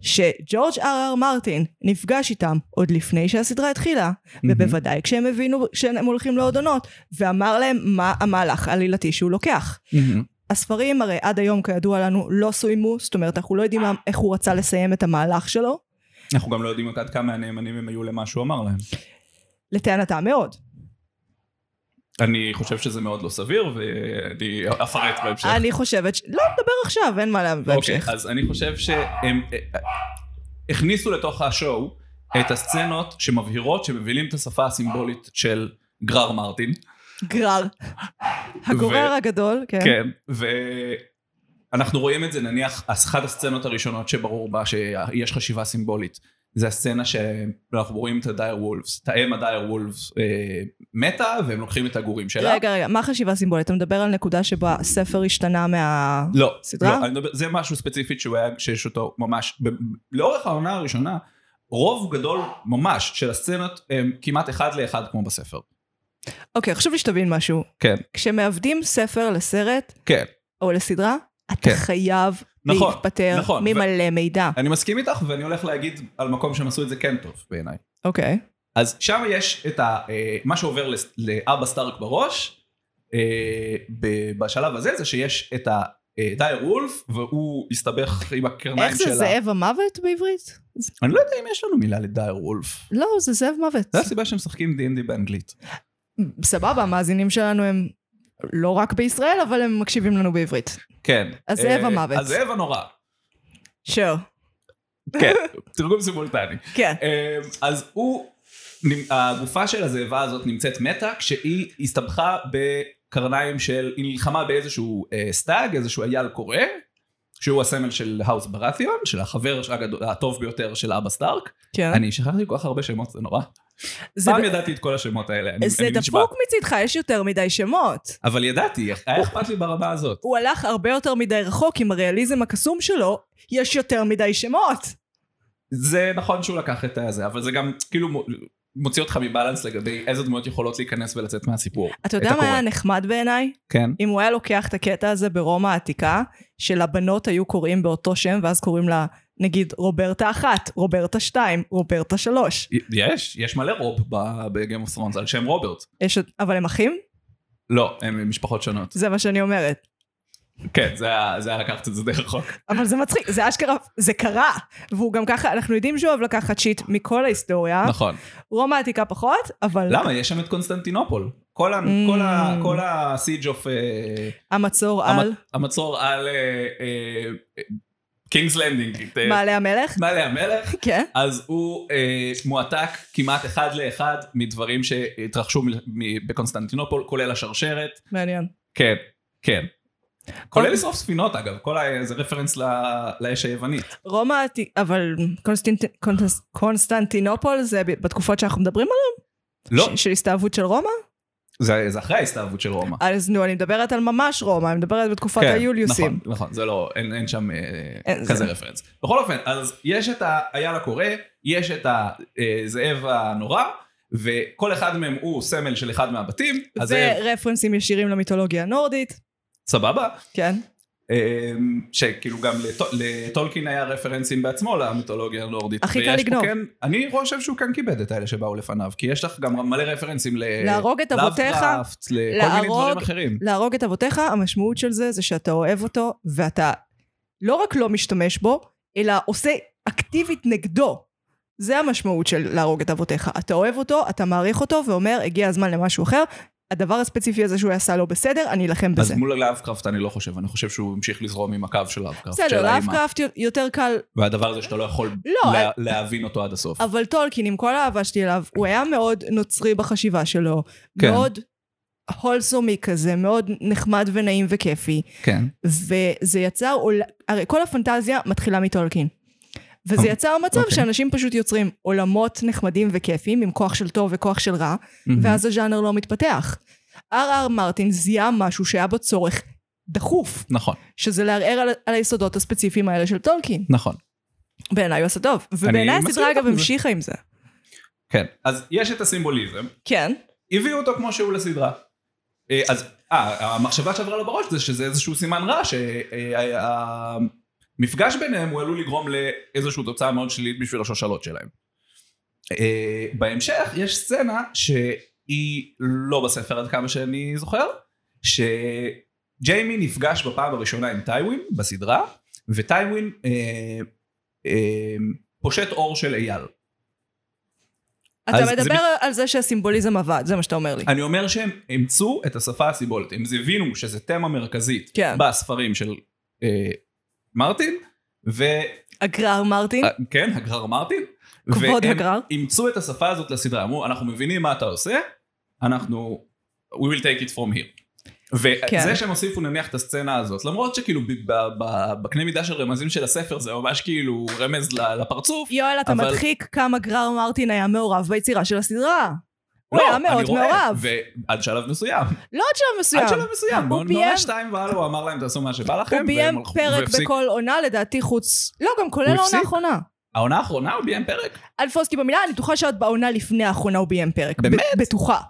[SPEAKER 2] שג'ורג' אר אר מרטין נפגש איתם עוד לפני שהסדרה התחילה,
[SPEAKER 1] Mm-hmm.
[SPEAKER 2] ובוודאי כשהם הבינו שהם הולכים לעוד עונות, ואמר להם מה המהלך העלילתי שהוא לוקח.
[SPEAKER 1] מהמם.
[SPEAKER 2] הספרים הרי עד היום כידוע לנו לא סוימו, זאת אומרת אנחנו לא יודעים מה- איך הוא רצה לסיים את המהלך שלו,
[SPEAKER 1] אנחנו גם לא יודעים עד כמה הנאמנים הם היו למה שהוא אמר להם.
[SPEAKER 2] לטענתם מאוד.
[SPEAKER 1] אני חושב שזה מאוד לא סביר, ואני אפרט בהמשך.
[SPEAKER 2] אני חושבת, ש... לא נדבר עכשיו, אין מה לה- להמשיך.
[SPEAKER 1] כן. אוקיי, אז אני חושב שהם אה, אה, הכניסו לתוך השואו את הסצנות שמבהירות, שמבינים את השפה הסימבולית של גרר מרטין.
[SPEAKER 2] גרר. הגורר הגדול, כן.
[SPEAKER 1] כן. ואנחנו רואים את זה, נניח, אז אחת הסצנות הראשונות שברור בה שיש חשיבה סימבולית. זה הסצנה שאנחנו רואים את הדייר וולפס, את האם הדייר וולפס אה, מתה והם לוקחים את הגורים שלה.
[SPEAKER 2] רגע, רגע, מה חשיבה סימבולית? אתה מדבר על נקודה שבה הספר השתנה מה...
[SPEAKER 1] לא,
[SPEAKER 2] סדרה?
[SPEAKER 1] לא, אני מדבר, זה משהו ספציפית שהוא היה, שיש אותו ממש, ב, לאורך העונה הראשונה, רוב גדול ממש של הסצנות הם כמעט אחד לאחד כמו בספר.
[SPEAKER 2] אוקיי, חשוב לי שתבין משהו.
[SPEAKER 1] כן,
[SPEAKER 2] כשמעבדים ספר לסרט,
[SPEAKER 1] כן.
[SPEAKER 2] או לסדרה, אתה
[SPEAKER 1] כן.
[SPEAKER 2] חייב
[SPEAKER 1] נכון,
[SPEAKER 2] להיפטר
[SPEAKER 1] נכון, ו-
[SPEAKER 2] ממלא מידע.
[SPEAKER 1] אני מסכים איתך ואני הולך להגיד על מקום שהם עשו את זה כן טוב בעיניי.
[SPEAKER 2] אוקיי.
[SPEAKER 1] אז שם יש את ה, אה, מה שעובר לס- לאבא סטארק בראש, אה, ב- בשלב הזה זה שיש את ה... אה, דייר וולף והוא הסתבך עם הקרניים
[SPEAKER 2] איך
[SPEAKER 1] שלה.
[SPEAKER 2] זה זאב המוות בעברית?
[SPEAKER 1] אני לא יודע אם יש לנו מילה לדייר וולף.
[SPEAKER 2] לא, זה זאב מוות.
[SPEAKER 1] זו הסיבה שהם משחקים D&D באנגלית.
[SPEAKER 2] סבבה, המאזינים שלנו הם לא רק בישראל, אבל הם מקשיבים לנו בעברית.
[SPEAKER 1] כן.
[SPEAKER 2] אז זאב
[SPEAKER 1] אה,
[SPEAKER 2] המוות.
[SPEAKER 1] אז זאב הנורא.
[SPEAKER 2] שור.
[SPEAKER 1] כן, תרגום סימולטני.
[SPEAKER 2] כן.
[SPEAKER 1] אה, אז הוא, נמ- הגופה של הזאבה הזאת נמצאת מתה כשהיא הסתבכה בקרניים של, היא נלחמה באיזשהו אה, סטאג, איזשהו אייל קורא, שהוא הסמל של האוס ברתיון, של החבר הגדול- הטוב ביותר של אבא סטארק.
[SPEAKER 2] כן.
[SPEAKER 1] אני שכחתי כל כך הרבה שמות, זה נורא.
[SPEAKER 2] זה
[SPEAKER 1] פעם
[SPEAKER 2] ד-
[SPEAKER 1] ידעתי את כל השמות האלה, אני
[SPEAKER 2] זה
[SPEAKER 1] אני נשבע.
[SPEAKER 2] דפוק מצידך, יש יותר מדי שמות.
[SPEAKER 1] אבל ידעתי, היה אכפת לי ברמה הזאת.
[SPEAKER 2] הוא הלך הרבה יותר מדי רחוק עם הריאליזם הקסום שלו, יש יותר מדי שמות.
[SPEAKER 1] זה נכון שהוא לקח את הזה, אבל זה גם כאילו מו- מוציא אותך מבלנס לגבי איזה דמויות יכולות להיכנס ולצאת מהסיפור.
[SPEAKER 2] אתה יודע
[SPEAKER 1] את
[SPEAKER 2] מה
[SPEAKER 1] הקורא.
[SPEAKER 2] היה נחמד בעיניי?
[SPEAKER 1] כן.
[SPEAKER 2] אם הוא היה לוקח את הקטע הזה ברומא העתיקה, שלבנות היו קוראים באותו שם, ואז קוראים לה, נגיד, רוברטה אחת, רוברטה שתיים, רוברטה שלוש.
[SPEAKER 1] יש, יש מלא רוב בגיים אוף ת'רונס על שם רוברט.
[SPEAKER 2] יש עוד, אבל הם אחים?
[SPEAKER 1] לא, הם משפחות שונות.
[SPEAKER 2] זה מה שאני אומרת.
[SPEAKER 1] כן, זה היה- זה היה לקחת את זה די רחוק.
[SPEAKER 2] אבל זה מצחיק, זה אשכרה, זה קרה. והוא גם ככה, אנחנו יודעים שהוא אוהב לקחת שיט מכל ההיסטוריה.
[SPEAKER 1] נכון.
[SPEAKER 2] רומא העתיקה פחות, אבל
[SPEAKER 1] למה? יש שם את קונסטנטינופול. כל
[SPEAKER 2] Mm.
[SPEAKER 1] ה- כל ה- אה, כל הסיג' אוף...
[SPEAKER 2] המצור על...
[SPEAKER 1] המצור על... אה, אה, אה, קינגס לנדינג. את, אה,
[SPEAKER 2] מעלה המלך?
[SPEAKER 1] מעלה המלך.
[SPEAKER 2] כן.
[SPEAKER 1] אז הוא אה, מועתק כמעט אחד לאחד מדברים שהתרחשו מ- מ- בקונסטנטינופול, כולל השרשרת.
[SPEAKER 2] מעניין.
[SPEAKER 1] כן, כן. כולל לשרוף ספינות אגב, כל ה... זה רפרנס ל- לאש היוונית.
[SPEAKER 2] רומא, העתיק- אבל קונסטינט- קונטס- קונסטנטינופול זה ב- בתקופות שאנחנו מדברים עליהן?
[SPEAKER 1] לא,
[SPEAKER 2] ש- של הסתאבות של רומא?
[SPEAKER 1] זה זה אחרי ההסתאבות של רומא.
[SPEAKER 2] אז נו, אני מדברת על ממש רומא, אני מדברת בתקופת
[SPEAKER 1] כן,
[SPEAKER 2] היוליוסים.
[SPEAKER 1] נכון, נכון, זה לא, אין, אין שם אה,
[SPEAKER 2] אין,
[SPEAKER 1] כזה
[SPEAKER 2] זה-
[SPEAKER 1] רפרנס. בכל אופן, אז יש את האייל הקורא, יש את הזאב הנורא, וכל אחד מהם הוא סמל של אחד מהבתים, אז אה, זה
[SPEAKER 2] ורפרנסים ישירים למיתולוגיה הנורדית,
[SPEAKER 1] סבבה.
[SPEAKER 2] כן.
[SPEAKER 1] אה, שכאילו גם לטו- לטולקין היה רפרנסים בעצמו למיתולוגיה הנורדית.
[SPEAKER 2] הכי קל
[SPEAKER 1] ויש פה
[SPEAKER 2] לגנוב.
[SPEAKER 1] כן- אני חושב שהוא כן כיבד את האלה שבאו לפניו, כי יש לך גם מלא רפרנסים ל...
[SPEAKER 2] להרוג את אבותיך,
[SPEAKER 1] לאבקרפט, לכל מיני דברים
[SPEAKER 2] להרוג-
[SPEAKER 1] אחרים.
[SPEAKER 2] להרוג את אבותיך, המשמעות של זה זה שאתה אוהב אותו, ואתה לא רק לא משתמש בו, אלא עושה אקטיבית נגדו. זה המשמעות של להרוג את אבותיך. אתה אוהב אותו, אתה מעריך אותו, ואומר, הגיע הזמן למשהו אחר. הדבר הספציפי הזה שהוא עשה לא בסדר, אני אלחם
[SPEAKER 1] אז
[SPEAKER 2] בזה.
[SPEAKER 1] מול לאבקרפט אני לא חושב, אני חושב שהוא המשיך לזרום עם הקו של לאבקרפט, של
[SPEAKER 2] בסדר,
[SPEAKER 1] האימה.
[SPEAKER 2] לאבקרפט יותר קל,
[SPEAKER 1] והדבר הזה שאתה לא יכול
[SPEAKER 2] לא,
[SPEAKER 1] לה, להבין אותו עד הסוף.
[SPEAKER 2] אבל טולקין, עם כל האהבה שלי אליו, הוא היה מאוד נוצרי בחשיבה שלו.
[SPEAKER 1] כן.
[SPEAKER 2] מאוד הולסומי כזה, מאוד נחמד ונעים וכיפי.
[SPEAKER 1] כן.
[SPEAKER 2] וזה יצר, עול- הרי כל הפנטזיה מתחילה מטולקין. וזה
[SPEAKER 1] אוקיי.
[SPEAKER 2] יצר מצב
[SPEAKER 1] אוקיי.
[SPEAKER 2] שאנשים פשוט יוצרים עולמות נחמדים וכיפים עם כוח של טוב וכוח של רע, ואז הז'אנר לא מתפתח. אר.אר מרטין זיהה משהו שהיה בו צורך דחוף,
[SPEAKER 1] נכון,
[SPEAKER 2] שזה לערער על, על היסודות הספציפיים האלה של טולקין.
[SPEAKER 1] נכון.
[SPEAKER 2] בעיניי הוא עשה טוב. ובעיניי
[SPEAKER 1] מסכים
[SPEAKER 2] הסדרה
[SPEAKER 1] איתך
[SPEAKER 2] אגב
[SPEAKER 1] בזה.
[SPEAKER 2] המשיכה עם זה.
[SPEAKER 1] כן. אז יש את הסימבוליזם,
[SPEAKER 2] כן.
[SPEAKER 1] הביאו אותו כמו שהוא לסדרה. אה, אז אה, המחשבה שעברה לו בראש זה שזה איזשהו סימן רע, אה, שהמפגש ביניהם הוא עלול לגרום לאיזושהי תוצאה מאוד שלילית בשביל השושלות שלהם. אה, בהמשך יש סצנה שהיא לא בספר עד כמה שאני זוכר, שג'יימי נפגש בפעם הראשונה עם טייווין בסדרה, וטייווין אה, אה, פושט אור של אייל.
[SPEAKER 2] אתה
[SPEAKER 1] אז זה
[SPEAKER 2] מדבר על זה שהסימבוליזם עבד, זה מה שאתה אומר לי.
[SPEAKER 1] אני אומר שהם אימצו את השפה הסימבולית, הם הבינו שזו תמה מרכזית
[SPEAKER 2] כן.
[SPEAKER 1] בספרים של אה, מרטין, וכן,
[SPEAKER 2] הגרר
[SPEAKER 1] אה,
[SPEAKER 2] מרטין,
[SPEAKER 1] הגרר מרטין,
[SPEAKER 2] כבוד
[SPEAKER 1] והם
[SPEAKER 2] הגרר.
[SPEAKER 1] אימצו את השפה הזאת לסדרה, אמרו אנחנו מבינים מה אתה עושה, אנחנו, we will take it from here. וזה
[SPEAKER 2] כן.
[SPEAKER 1] שהם הוסיפו נניח את הסצנה הזאת, למרות שכאילו ב- ב- ב- בקנה מידה של רמזים של הספר זה ממש כאילו רמז ל- לפרצוף,
[SPEAKER 2] יואל, אתה
[SPEAKER 1] אבל-
[SPEAKER 2] מדחיק כמה גרר מרטין היה מעורב ביצירה של הסדרה. הוא
[SPEAKER 1] לא,
[SPEAKER 2] היה
[SPEAKER 1] אני
[SPEAKER 2] מאוד
[SPEAKER 1] רואה,
[SPEAKER 2] מעורב.
[SPEAKER 1] ועד שלב מסוים.
[SPEAKER 2] לא עד שלב מסוים.
[SPEAKER 1] עד שלב מסוים,
[SPEAKER 2] הוא
[SPEAKER 1] בעונה
[SPEAKER 2] ביים-
[SPEAKER 1] שתיים והלאה הוא אמר להם תעשו מה שבא לכם,
[SPEAKER 2] הוא ביים
[SPEAKER 1] והם הלכו-
[SPEAKER 2] פרק
[SPEAKER 1] והפסיק.
[SPEAKER 2] בכל עונה, לדעתי חוץ... לא, גם כולל
[SPEAKER 1] הוא
[SPEAKER 2] העונה
[SPEAKER 1] הפסיק?
[SPEAKER 2] האחרונה.
[SPEAKER 1] העונה האחרונה הוא ביים פרק?
[SPEAKER 2] אלפוסקי במילה, אני בטוחה שעוד בעונה לפני האחרונה הוא ביים פרק.
[SPEAKER 1] באמת?
[SPEAKER 2] ב- בטוחה.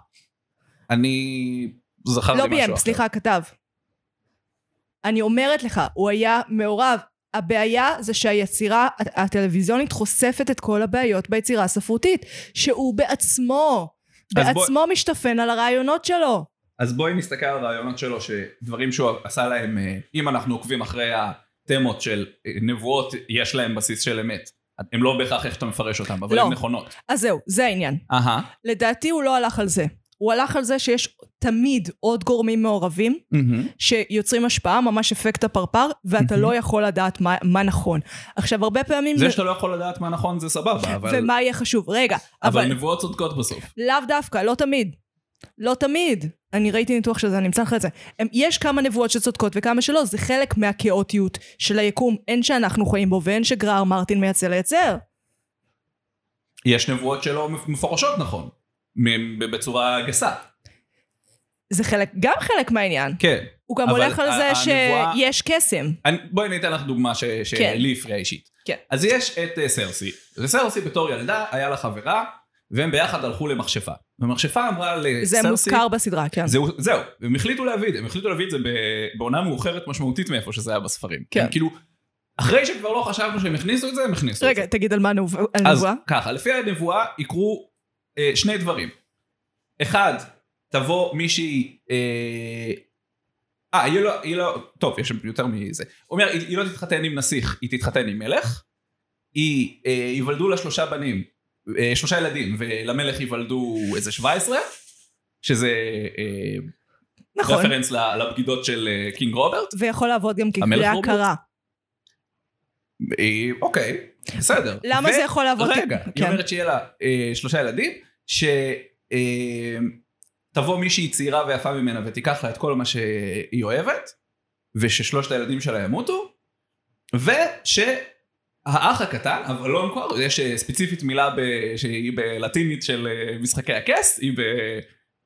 [SPEAKER 1] אני זכרתי
[SPEAKER 2] לא
[SPEAKER 1] משהו
[SPEAKER 2] ביים,
[SPEAKER 1] אחר.
[SPEAKER 2] סליחה, כתב. אני אומרת לך, הוא היה מעורב. הבעיה זה שהיצירה הט- הטלוויזיונית חושפת את כל הבעיות ביצירה הספרותית, שהוא בעצמו,
[SPEAKER 1] אז בוא-
[SPEAKER 2] בעצמו משתפן על הרעיונות שלו.
[SPEAKER 1] אז בואי נסתכל על הרעיונות שלו, שדברים שהוא עשה להם, אה, אם אנחנו עוקבים אחרי התמות של אה, נבואות, יש להם בסיס של אמת. הם לא בהכרח איך שאתה מפרש אותם, אבל
[SPEAKER 2] לא.
[SPEAKER 1] הן נכונות.
[SPEAKER 2] אז זהו, זה העניין.
[SPEAKER 1] אהה.
[SPEAKER 2] לדעתי הוא לא הלך על זה. הוא הלך על זה שיש תמיד עוד גורמים מעורבים
[SPEAKER 1] מהמם.
[SPEAKER 2] שיוצרים השפעה, ממש אפקט הפרפר, ואתה לא יכול לדעת מה, מה נכון. עכשיו, הרבה פעמים...
[SPEAKER 1] זה שאתה לא יכול לדעת מה נכון זה סבבה, אבל...
[SPEAKER 2] ומה יהיה חשוב. רגע, אבל,
[SPEAKER 1] אבל נבואות צודקות בסוף.
[SPEAKER 2] לאו דווקא, לא תמיד. לא תמיד. אני ראיתי ניתוח של זה, אני אמצא לך את זה. הם, יש כמה נבואות שצודקות וכמה שלא, זה חלק מהכאוטיות של היקום, הן שאנחנו חיים בו והן שגרר מרטין מייצא לייצר.
[SPEAKER 1] יש נבואות שלא מפורשות נכון. מ- בצורה גסה.
[SPEAKER 2] זה חלק, גם חלק מהעניין.
[SPEAKER 1] כן.
[SPEAKER 2] הוא גם
[SPEAKER 1] אבל
[SPEAKER 2] הולך על זה
[SPEAKER 1] ה- הנבואה-
[SPEAKER 2] שיש קסם.
[SPEAKER 1] אני, בואי אני אתן לך דוגמה ש- שלי הפריעה אישית.
[SPEAKER 2] כן.
[SPEAKER 1] אז יש את אה, סרסי. וסרסי בתור ילדה, היה לה חברה, והם ביחד הלכו למכשפה. ומכשפה אמרה לסרסי...
[SPEAKER 2] זה מוזכר בסדרה, כן.
[SPEAKER 1] זהו, זהו, הם החליטו להביא את זה, הם החליטו להביא את זה ב- בעונה מאוחרת משמעותית מאיפה שזה היה בספרים.
[SPEAKER 2] כן.
[SPEAKER 1] הם כאילו, אחרי שכבר לא חשבנו שהם הכניסו את זה, הם הכניסו את זה.
[SPEAKER 2] רגע, תגיד על מה נבואה. על
[SPEAKER 1] אז
[SPEAKER 2] נבואה?
[SPEAKER 1] ככה, לפי הנבואה יקרו אה, שני דברים. אחד, תבוא מישהי... אה, אה, היא לא, היא לא, טוב, יש שם יותר מזה. הוא אומר, היא, היא לא תתחתן עם נסיך, היא תתחתן עם מלך. היא, אה, ייוולדו לה שלושה בנים, אה, שלושה ילדים, ולמלך ייוולדו איזה 17, שזה אה,
[SPEAKER 2] נכון.
[SPEAKER 1] רפרנס ל- לבגידות של אה, קינג רוברט.
[SPEAKER 2] ויכול לעבוד גם
[SPEAKER 1] המלך
[SPEAKER 2] כקריאה
[SPEAKER 1] רובוט?
[SPEAKER 2] קרה.
[SPEAKER 1] היא- אוקיי, בסדר.
[SPEAKER 2] למה
[SPEAKER 1] ו-
[SPEAKER 2] זה יכול לעבוד?
[SPEAKER 1] רגע,
[SPEAKER 2] כן.
[SPEAKER 1] היא אומרת שיהיה לה אה, שלושה ילדים, שתבוא מישהי צעירה ויפה ממנה ותיקח לה את כל מה שהיא אוהבת, וששלושת הילדים שלה ימותו, ושהאח הקטן, אבל לא נקור, יש אה, ספציפית מילה ב, שהיא בלטינית של אה, משחקי הכס, היא ב...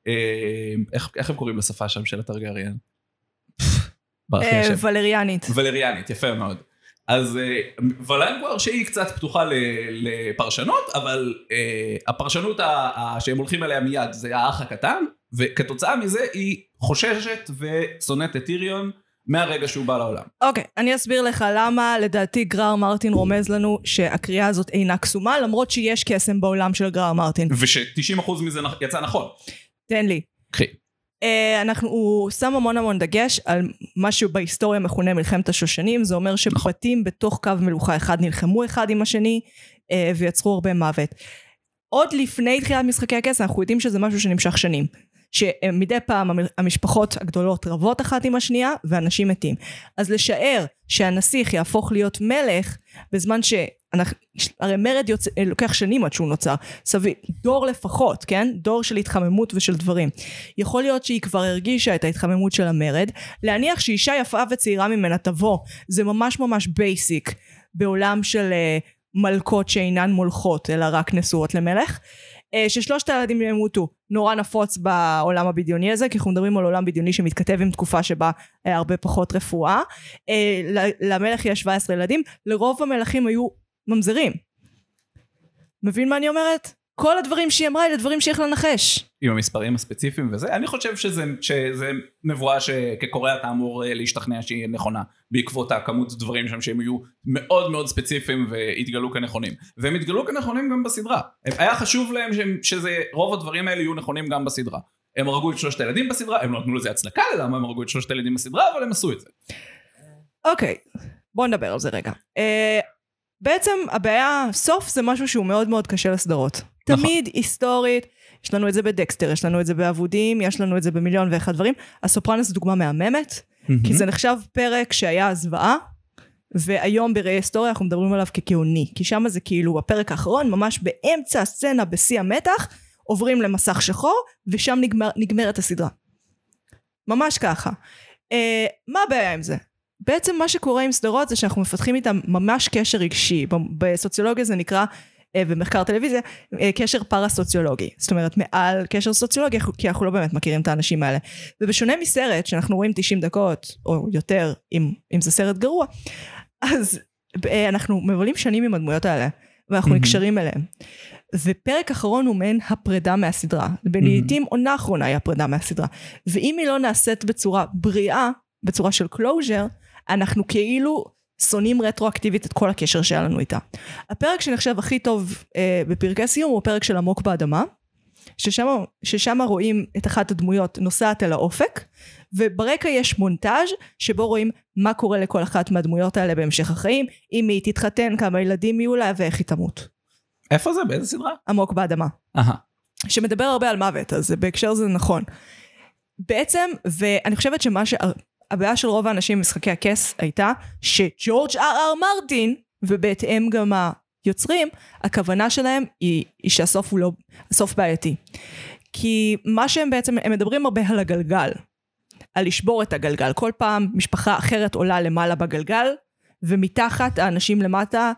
[SPEAKER 1] אה, איך, איך הם קוראים לשפה שם של הטרגריאן? ברח לי
[SPEAKER 2] אה,
[SPEAKER 1] השם.
[SPEAKER 2] ולריאנית.
[SPEAKER 1] ולריאנית, יפה מאוד. אז אה, ולנגואר שהיא קצת פתוחה ל- לפרשנות, אבל אה, הפרשנות ה- ה- שהם הולכים אליה מיד זה האח הקטן, וכתוצאה מזה היא חוששת ושונאת את טיריון מהרגע שהוא בא לעולם.
[SPEAKER 2] אוקיי, אני אסביר לך למה לדעתי גרר מרטין רומז לנו שהקריאה הזאת אינה קסומה, למרות שיש קסם בעולם של גרר מרטין.
[SPEAKER 1] וש-90% מזה נכ- יצא נכון.
[SPEAKER 2] תן לי.
[SPEAKER 1] קחי.
[SPEAKER 2] אה, אנחנו, הוא שם המון המון דגש על מה שבהיסטוריה מכונה מלחמת השושנים, זה אומר שבתים בתוך קו מלוכה אחד נלחמו אחד עם השני אה, ויצרו הרבה מוות. עוד לפני תחילת משחקי הכס אנחנו יודעים שזה משהו שנמשך שנים. שמדי פעם המ- המשפחות הגדולות רבות אחת עם השנייה ואנשים מתים. אז לשער שהנסיך יהפוך להיות מלך בזמן שאנחנו, הרי מרד יוצא, לוקח שנים עד שהוא נוצר, סביב, דור לפחות, כן? דור של התחממות ושל דברים. יכול להיות שהיא כבר הרגישה את ההתחממות של המרד. להניח שאישה יפה וצעירה ממנה תבוא, זה ממש ממש בייסיק בעולם של uh, מלכות שאינן מולכות, אלא רק נשואות למלך. אה, ששלושת הילדים ימותו, נורא נפוץ בעולם הבדיוני הזה, כי אנחנו מדברים על עולם בדיוני שמתכתב עם תקופה שבה אה, הרבה פחות רפואה. אה, ל- למלך יש 17 ילדים, לרוב המלכים היו ממזרים. מבין מה אני אומרת? כל הדברים שהיא אמרה אלה דברים שיש לנחש.
[SPEAKER 1] עם המספרים הספציפיים וזה, אני חושב שזה, שזה נבואה שכקורא אתה אמור אה, להשתכנע שהיא נכונה בעקבות הכמות דברים שם שהם יהיו מאוד מאוד ספציפיים והתגלו כנכונים. והם התגלו כנכונים גם בסדרה. הם- היה חשוב להם שהם, שזה, רוב הדברים האלה יהיו נכונים גם בסדרה. הם הרגו את שלושת הילדים בסדרה, הם לא נתנו לזה הצדקה ללמה הם הרגו את שלושת הילדים בסדרה, אבל הם עשו את זה.
[SPEAKER 2] אוקיי, בוא נדבר על זה רגע. אה, בעצם הבעיה, סוף זה משהו שהוא מאוד מאוד קשה לסדרות.
[SPEAKER 1] נכון.
[SPEAKER 2] תמיד היסטורית, יש לנו את זה בדקסטר, יש לנו את זה באבודים, יש לנו את זה במיליון ואחד דברים. הסופרנוס דוגמה מהממת, כי זה נחשב פרק שהיה זוועה, והיום בראי היסטוריה אנחנו מדברים עליו כגאוני, כי שם זה כאילו הפרק האחרון, ממש באמצע הסצנה, בשיא המתח, עוברים למסך שחור, ושם נגמר, נגמרת הסדרה. ממש ככה. אה, מה הבעיה עם זה? בעצם מה שקורה עם סדרות זה שאנחנו מפתחים איתם ממש קשר רגשי, ב- בסוציולוגיה זה נקרא, אה, במחקר טלוויזיה, אה, קשר פרסוציולוגי. זאת אומרת, מעל קשר סוציולוגי, אנחנו- כי אנחנו לא באמת מכירים את האנשים האלה. ובשונה מסרט, שאנחנו רואים 90 דקות, או יותר, אם, אם זה סרט גרוע, אז אה, אנחנו מבלים שנים עם הדמויות האלה, ואנחנו
[SPEAKER 1] מהמם.
[SPEAKER 2] נקשרים אליהם. ופרק אחרון הוא מעין הפרידה מהסדרה. ולעיתים עונה אחרונה היא הפרידה מהסדרה. ואם היא לא נעשית בצורה בריאה, בצורה של קלוז'ר, אנחנו כאילו שונאים רטרואקטיבית את כל הקשר שהיה לנו איתה. הפרק שנחשב הכי טוב אה, בפרקי סיום הוא הפרק של עמוק באדמה, ששם, ששם רואים את אחת הדמויות נוסעת אל האופק, וברקע יש מונטאז' שבו רואים מה קורה לכל אחת מהדמויות האלה בהמשך החיים, אם היא תתחתן, כמה ילדים יהיו לה ואיך היא תמות.
[SPEAKER 1] איפה זה? באיזה סדרה?
[SPEAKER 2] עמוק באדמה.
[SPEAKER 1] אהה.
[SPEAKER 2] שמדבר הרבה על מוות, אז בהקשר זה נכון. בעצם, ואני חושבת שמה ש... הבעיה של רוב האנשים במשחקי הכס הייתה שג'ורג' אר אר מרטין, ובהתאם גם היוצרים, הכוונה שלהם היא, היא שהסוף הוא לא... הסוף בעייתי. כי מה שהם בעצם, הם מדברים הרבה על הגלגל. על לשבור את הגלגל. כל פעם משפחה אחרת עולה למעלה בגלגל, ומתחת האנשים למטה,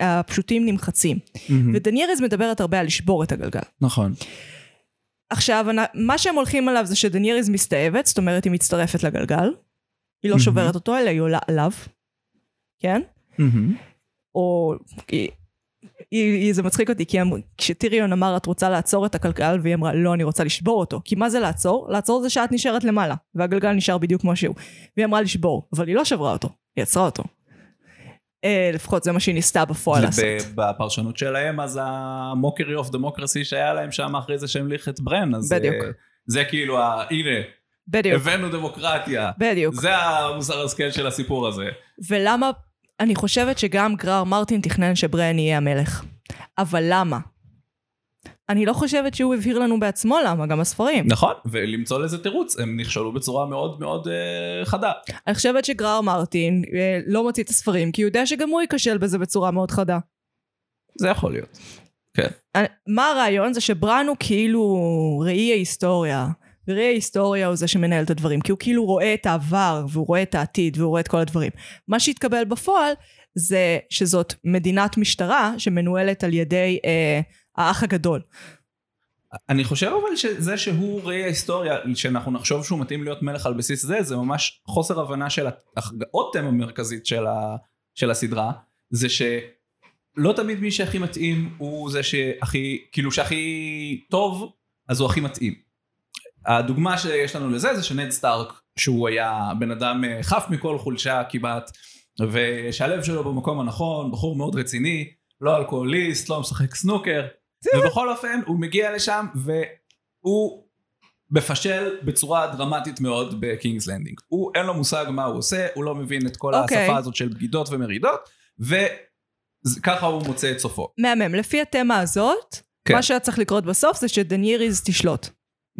[SPEAKER 2] הפשוטים נמחצים. ודניארז מדברת הרבה על לשבור את הגלגל.
[SPEAKER 1] נכון.
[SPEAKER 2] עכשיו, אנ- מה שהם הולכים עליו זה שדניאריס מסתאבת, זאת אומרת, היא מצטרפת לגלגל. היא לא
[SPEAKER 1] מהמם.
[SPEAKER 2] שוברת אותו, אלא היא עולה עליו, כן? או... היא- היא, היא, זה מצחיק אותי, כי הם, כשטיריון אמר, את רוצה לעצור את הכלכל, והיא אמרה, לא, אני רוצה לשבור אותו. כי מה זה לעצור? לעצור זה שאת נשארת למעלה, והגלגל נשאר בדיוק כמו שהוא. והיא אמרה לשבור, אבל היא לא שברה אותו, היא עצרה אותו. אה, לפחות זה מה שהיא ניסתה בפועל לעשות.
[SPEAKER 1] בפרשנות שלהם, אז המוקרי אוף דמוקרסי שהיה להם שם אחרי זה שהמליך את ברן, אז...
[SPEAKER 2] בדיוק.
[SPEAKER 1] אה, זה כאילו, ה- הנה,
[SPEAKER 2] בדיוק,
[SPEAKER 1] הבאנו דמוקרטיה.
[SPEAKER 2] בדיוק.
[SPEAKER 1] זה המוסר השכל של הסיפור הזה.
[SPEAKER 2] ולמה, אני חושבת שגם גרר מרטין תכנן שבריאן יהיה המלך. אבל למה? אני לא חושבת שהוא הבהיר לנו בעצמו למה, גם הספרים.
[SPEAKER 1] נכון, ולמצוא לזה תירוץ, הם נכשלו בצורה מאוד מאוד אה, חדה.
[SPEAKER 2] אני חושבת שגרר מרטין אה, לא מוציא את הספרים, כי הוא יודע שגם הוא ייכשל בזה בצורה מאוד חדה.
[SPEAKER 1] זה יכול להיות.
[SPEAKER 2] אני- מה הרעיון? זה שבראן הוא כאילו ראי ההיסטוריה. וראי ההיסטוריה הוא זה שמנהל את הדברים, כי הוא כאילו רואה את העבר, והוא רואה את העתיד, והוא רואה את כל הדברים. מה שהתקבל בפועל זה שזאת מדינת משטרה שמנוהלת על ידי אה, האח הגדול.
[SPEAKER 1] אני חושב אבל שזה שהוא ראי ההיסטוריה, שאנחנו נחשוב שהוא מתאים להיות מלך על בסיס זה, זה ממש חוסר הבנה של הח- עוד תמה מרכזית של, ה, של הסדרה, זה שלא תמיד מי שהכי מתאים הוא זה שהכי, כאילו שהכי טוב, אז הוא הכי מתאים. הדוגמה שיש לנו לזה זה שנד סטארק, שהוא היה בן אדם אה, חף מכל חולשה כמעט, ושהלב שלו במקום הנכון, בחור מאוד רציני, לא אלכוהוליסט, לא משחק סנוקר, ובכל אופן הוא מגיע לשם והוא מפשל בצורה דרמטית מאוד בקינגס לנדינג. הוא אין לו מושג מה הוא עושה, הוא לא מבין את כל okay.
[SPEAKER 2] אוקיי.
[SPEAKER 1] השפה הזאת של בגידות ומרידות, וככה הוא מוצא את סופו.
[SPEAKER 2] מהמם. לפי התמה הזאת,
[SPEAKER 1] כן.
[SPEAKER 2] כן. מה שהיה צריך לקרות בסוף זה שדניריז תשלוט.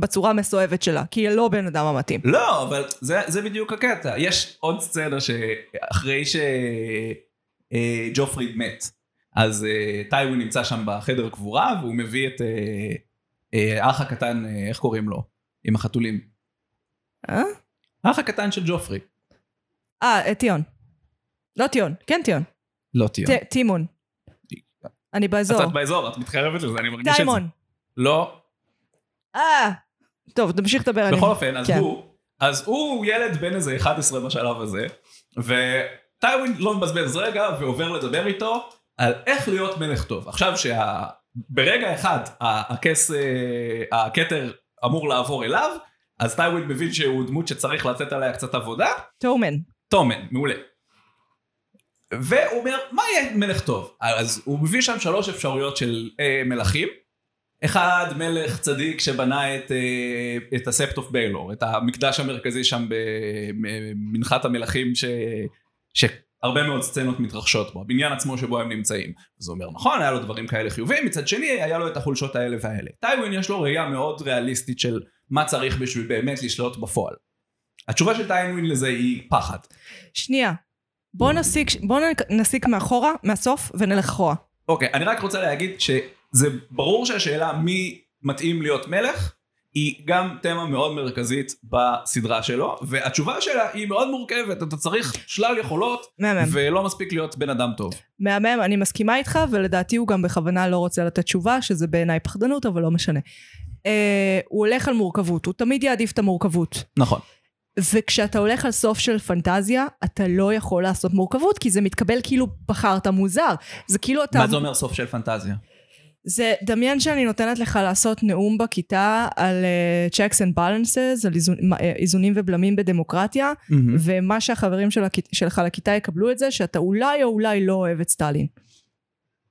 [SPEAKER 2] בצורה המסואבת שלה, כי היא לא בן אדם המתאים.
[SPEAKER 1] לא, אבל זה, זה בדיוק הקטע. יש עוד סצנה שאחרי שג'ופריד מת, אז אה, טייוון נמצא שם בחדר קבורה, והוא מביא את אה, אה, האח הקטן, אה, איך קוראים לו? עם החתולים.
[SPEAKER 2] אה?
[SPEAKER 1] האח הקטן של ג'ופרי.
[SPEAKER 2] אה, אה, טיון. לא טיון, כן טיון.
[SPEAKER 1] לא טיון.
[SPEAKER 2] ט- טימון. אני באזור.
[SPEAKER 1] את באזור, את מתחרבת לזה, אני מרגיש את זה.
[SPEAKER 2] טיימון.
[SPEAKER 1] לא.
[SPEAKER 2] אה! טוב, תמשיך לדבר. אני-
[SPEAKER 1] בכל אופן, אז
[SPEAKER 2] כן.
[SPEAKER 1] הוא, אז הוא ילד בן איזה 11 בשלב הזה, וטייווין לא מבזבז רגע ועובר לדבר איתו על איך להיות מלך טוב. עכשיו שה... ברגע אחד ה- הכס, אה, הכתר אמור לעבור אליו, אז טייווין מבין שהוא דמות שצריך לתת עליה קצת עבודה,
[SPEAKER 2] טומן.
[SPEAKER 1] תומן, מעולה. והוא אומר, מה יהיה מלך טוב? אז הוא מביא שם שלוש אפשרויות של אה, מלכים. אחד, מלך צדיק שבנה את, אה, את הספט אוף ביילור, את המקדש המרכזי שם במנחת המלכים ש... שהרבה מאוד סצנות מתרחשות בו, הבניין עצמו שבו הם נמצאים. אז הוא אומר, נכון, היה לו דברים כאלה חיובים, מצד שני, היה לו את החולשות האלה והאלה. טיווין יש לו ראייה מאוד ריאליסטית של מה צריך בשביל באמת לשלוט בפועל. התשובה של טיינווין לזה היא פחד.
[SPEAKER 2] שנייה. בוא נסיק, בוא נ- נסיק מאחורה, מהסוף, ונלך אחורה.
[SPEAKER 1] אוקיי, אני רק רוצה להגיד שזה ברור שהשאלה מי מתאים להיות מלך היא גם תמה מאוד מרכזית בסדרה שלו, והתשובה שלה היא מאוד מורכבת, אתה צריך שלל יכולות
[SPEAKER 2] מהמם.
[SPEAKER 1] ולא מספיק להיות בן אדם טוב.
[SPEAKER 2] מהמם, אני מסכימה איתך, ולדעתי הוא גם בכוונה לא רוצה לתת תשובה, שזה בעיניי פחדנות, אבל לא משנה. אה, הוא הולך על מורכבות, הוא תמיד יעדיף את המורכבות.
[SPEAKER 1] נכון.
[SPEAKER 2] וכשאתה הולך על סוף של פנטזיה, אתה לא יכול לעשות מורכבות, כי זה מתקבל כאילו בחרת מוזר. זה כאילו אתה...
[SPEAKER 1] מה זה אומר סוף של פנטזיה?
[SPEAKER 2] זה דמיין שאני נותנת לך לעשות נאום בכיתה על uh, checks and balances, על איזון, מה, אה, איזונים ובלמים בדמוקרטיה, ומה שהחברים של הכ, שלך לכיתה יקבלו את זה, שאתה אולי או אולי לא אוהב את סטלין.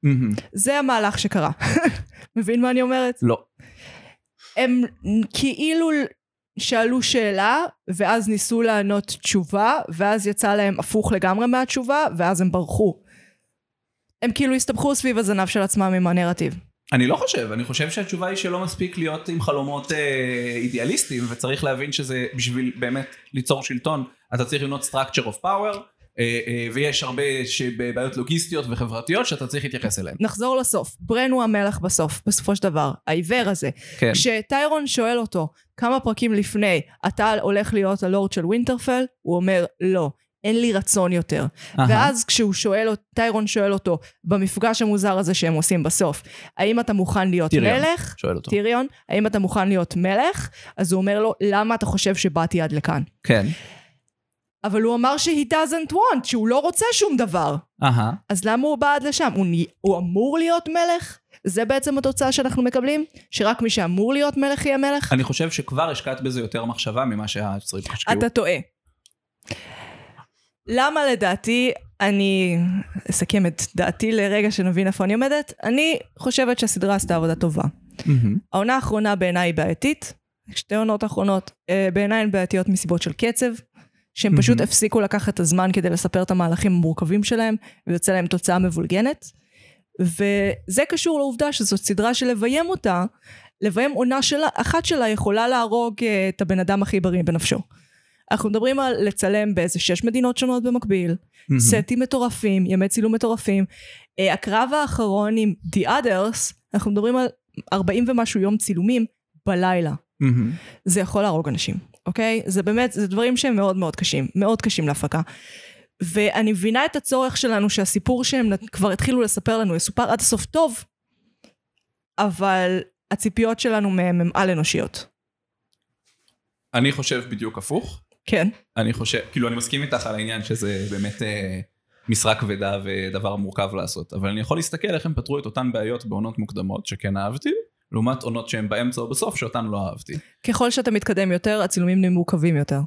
[SPEAKER 1] מהמם.
[SPEAKER 2] זה המהלך שקרה. מבין מה אני אומרת?
[SPEAKER 1] לא.
[SPEAKER 2] הם כאילו שאלו שאלה, ואז ניסו לענות תשובה, ואז יצא להם הפוך לגמרי מהתשובה, ואז הם ברחו. הם כאילו הסתבכו סביב הזנב של עצמם עם הנרטיב.
[SPEAKER 1] אני לא חושב, אני חושב שהתשובה היא שלא מספיק להיות עם חלומות אה, אידיאליסטיים, וצריך להבין שזה בשביל באמת ליצור שלטון, אתה צריך לבנות structure of power, אה, אה, ויש הרבה ש- בעיות לוגיסטיות וחברתיות שאתה צריך להתייחס אליהן.
[SPEAKER 2] נחזור לסוף, ברן הוא המלך בסוף, בסופו של דבר, העיוור הזה.
[SPEAKER 1] כן.
[SPEAKER 2] כשטיירון שואל אותו כמה פרקים לפני, אתה הולך להיות הלורד של ווינטרפל? הוא אומר, לא, אין לי רצון יותר. ואז כשהוא שואל, אות- טיירון שואל אותו, במפגש המוזר הזה שהם עושים בסוף, האם אתה מוכן להיות
[SPEAKER 1] טיריון.
[SPEAKER 2] מלך?
[SPEAKER 1] שואל אותו.
[SPEAKER 2] טיריון, האם אתה מוכן להיות מלך? אז הוא אומר לו, למה אתה חושב שבאתי עד לכאן?
[SPEAKER 1] כן.
[SPEAKER 2] אבל הוא אמר ש-he doesn't want, שהוא לא רוצה שום דבר.
[SPEAKER 1] אהה.
[SPEAKER 2] אז למה הוא בא עד לשם? הוא, נה- הוא אמור להיות מלך? זה בעצם התוצאה שאנחנו מקבלים? שרק מי שאמור להיות מלך יהיה מלך?
[SPEAKER 1] אני חושב שכבר השקעת בזה יותר מחשבה ממה שהצריך השקיעו.
[SPEAKER 2] אתה טועה. למה לדעתי, אני אסכם את דעתי לרגע שנבין איפה אני עומדת, אני חושבת שהסדרה עשתה עבודה טובה.
[SPEAKER 1] מהמם.
[SPEAKER 2] העונה האחרונה בעיניי היא בעייתית, שתי עונות האחרונות אה, בעיניי הן בעייתיות מסיבות של קצב, שהם פשוט
[SPEAKER 1] מהמם.
[SPEAKER 2] הפסיקו לקחת את הזמן כדי לספר את המהלכים המורכבים שלהם, ויוצא להם תוצאה מבולגנת. וזה קשור לעובדה שזאת סדרה שלביים אותה, לביים עונה שלה, אחת שלה יכולה להרוג אה, את הבן אדם הכי בריא בנפשו. אנחנו מדברים על לצלם באיזה שש מדינות שונות במקביל,
[SPEAKER 1] Mm-hmm.
[SPEAKER 2] סטים מטורפים, ימי צילום מטורפים. אה, הקרב האחרון עם The Others, אנחנו מדברים על 40 ומשהו יום צילומים בלילה.
[SPEAKER 1] מהמם.
[SPEAKER 2] זה יכול להרוג אנשים, אוקיי? זה באמת, זה דברים שהם מאוד מאוד קשים, מאוד קשים להפקה. ואני מבינה את הצורך שלנו שהסיפור שהם נת- כבר התחילו לספר לנו יסופר עד הסוף טוב, אבל הציפיות שלנו מהם הן על אנושיות.
[SPEAKER 1] אני חושב בדיוק הפוך.
[SPEAKER 2] כן.
[SPEAKER 1] אני חושב, כאילו אני מסכים איתך על העניין שזה באמת אה, משרה כבדה ודבר מורכב לעשות, אבל אני יכול להסתכל איך הם פתרו את אותן בעיות בעונות מוקדמות שכן אהבתי, לעומת עונות שהן באמצע או בסוף שאותן לא אהבתי.
[SPEAKER 2] ככל שאתה מתקדם יותר, הצילומים נהיים מורכבים יותר.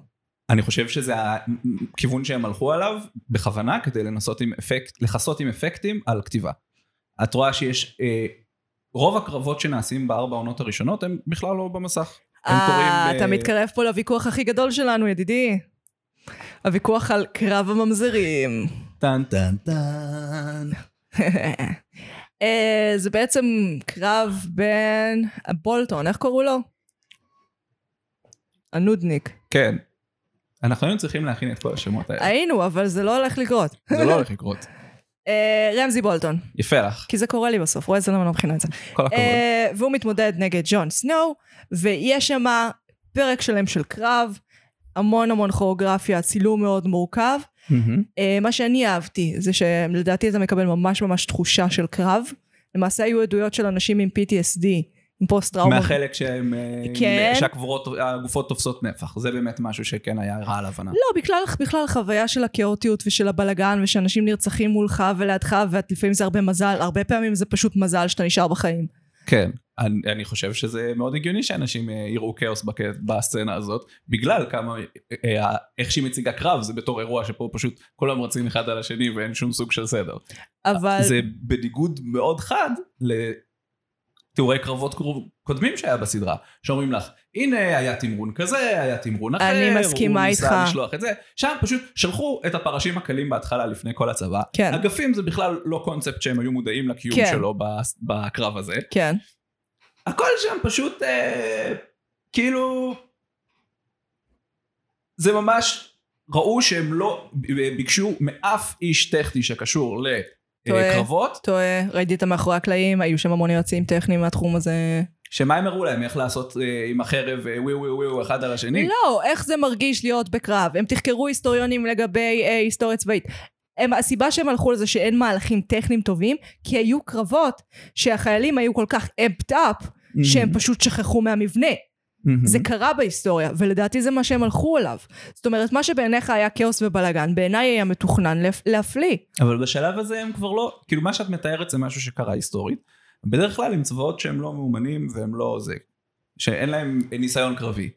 [SPEAKER 1] אני חושב שזה הכיוון שהם הלכו עליו בכוונה כדי לנסות עם אפקט, לכסות עם אפקטים על כתיבה. את רואה שיש, אה, רוב הקרבות שנעשים בארבע העונות הראשונות הם בכלל לא במסך. הם קוראים,
[SPEAKER 2] אה, אתה
[SPEAKER 1] אה,
[SPEAKER 2] מתקרב פה לוויכוח הכי גדול שלנו, ידידי. הוויכוח על קרב הממזרים.
[SPEAKER 1] טן טן טן.
[SPEAKER 2] אה, זה בעצם קרב בין בולטון, איך קראו לו? הנודניק.
[SPEAKER 1] כן. אנחנו היינו צריכים להכין את כל השמות האלה.
[SPEAKER 2] היינו, אבל זה לא הולך לקרות.
[SPEAKER 1] זה לא הולך לקרות.
[SPEAKER 2] אה, רמזי בולטון,
[SPEAKER 1] יפה לך.
[SPEAKER 2] כי זה קורה לי בסוף, רואה איזה למה אני לא מבחינה את זה.
[SPEAKER 1] כל הכבוד.
[SPEAKER 2] אה, והוא מתמודד נגד ג'ון סנואו, ויש שם פרק שלם של קרב, המון המון כוריאוגרפיה, צילום מאוד מורכב.
[SPEAKER 1] מהמם.
[SPEAKER 2] אה, מה שאני אהבתי זה שלדעתי אתה מקבל ממש ממש תחושה של קרב. למעשה היו עדויות של אנשים עם PTSD, עם פוסט טראומה.
[SPEAKER 1] מהחלק שהם... אה,
[SPEAKER 2] כן.
[SPEAKER 1] שהקבורות, הגופות תופסות נפח. זה באמת משהו שכן היה רע על הבנה.
[SPEAKER 2] לא, בכלל, בכלל חוויה של הכאוטיות ושל הבלגן, ושאנשים נרצחים מולך ולידך, ולפעמים זה הרבה מזל, הרבה פעמים זה פשוט מזל שאתה נשאר בחיים.
[SPEAKER 1] כן. אני, אני חושב שזה מאוד הגיוני שאנשים אה, יראו כאוס בק... בסצנה הזאת, בגלל כמה, אה, אה, איך שהיא מציגה קרב, זה בתור אירוע שפה פשוט כולם רצים אחד על השני ואין שום סוג של סדר.
[SPEAKER 2] אבל
[SPEAKER 1] זה בניגוד מאוד חד לתיאורי קרבות קרוב- קודמים שהיה בסדרה, שאומרים לך, הנה היה תמרון כזה, היה תמרון אחר,
[SPEAKER 2] אני מסכימה
[SPEAKER 1] הוא ניסה
[SPEAKER 2] איתך.
[SPEAKER 1] לשלוח את זה, שם פשוט שלחו את הפרשים הקלים בהתחלה לפני כל הצבא.
[SPEAKER 2] כן.
[SPEAKER 1] אגפים זה בכלל לא קונספט שהם היו מודעים לקיום
[SPEAKER 2] כן.
[SPEAKER 1] שלו בס- בקרב הזה.
[SPEAKER 2] כן.
[SPEAKER 1] הכל שם פשוט אה, כאילו זה ממש ראו שהם לא ביקשו מאף איש טכני שקשור
[SPEAKER 2] טועה.
[SPEAKER 1] לקרבות
[SPEAKER 2] טועה, ראיתי את המאחורי הקלעים, היו שם המון יועצים טכניים מהתחום הזה.
[SPEAKER 1] שמה הם הראו להם, איך לעשות אה, עם החרב אה, ווי ווי ווי אחד על השני?
[SPEAKER 2] לא, איך זה מרגיש להיות בקרב? הם תחקרו היסטוריונים לגבי אה, היסטוריה צבאית. הם, הסיבה שהם הלכו לזה שאין מהלכים טכניים טובים, כי היו קרבות שהחיילים היו כל כך אמפט אפ,
[SPEAKER 1] Mm-hmm.
[SPEAKER 2] שהם פשוט שכחו מהמבנה. זה קרה בהיסטוריה, ולדעתי זה מה שהם הלכו עליו. זאת אומרת, מה שבעיניך היה כאוס ובלאגן, בעיניי היה מתוכנן להפ- להפליא.
[SPEAKER 1] אבל בשלב הזה הם כבר לא, כאילו מה שאת מתארת זה משהו שקרה היסטורית. בדרך כלל הם צבאות שהם לא מאומנים והם לא זה, שאין להם ניסיון קרבי.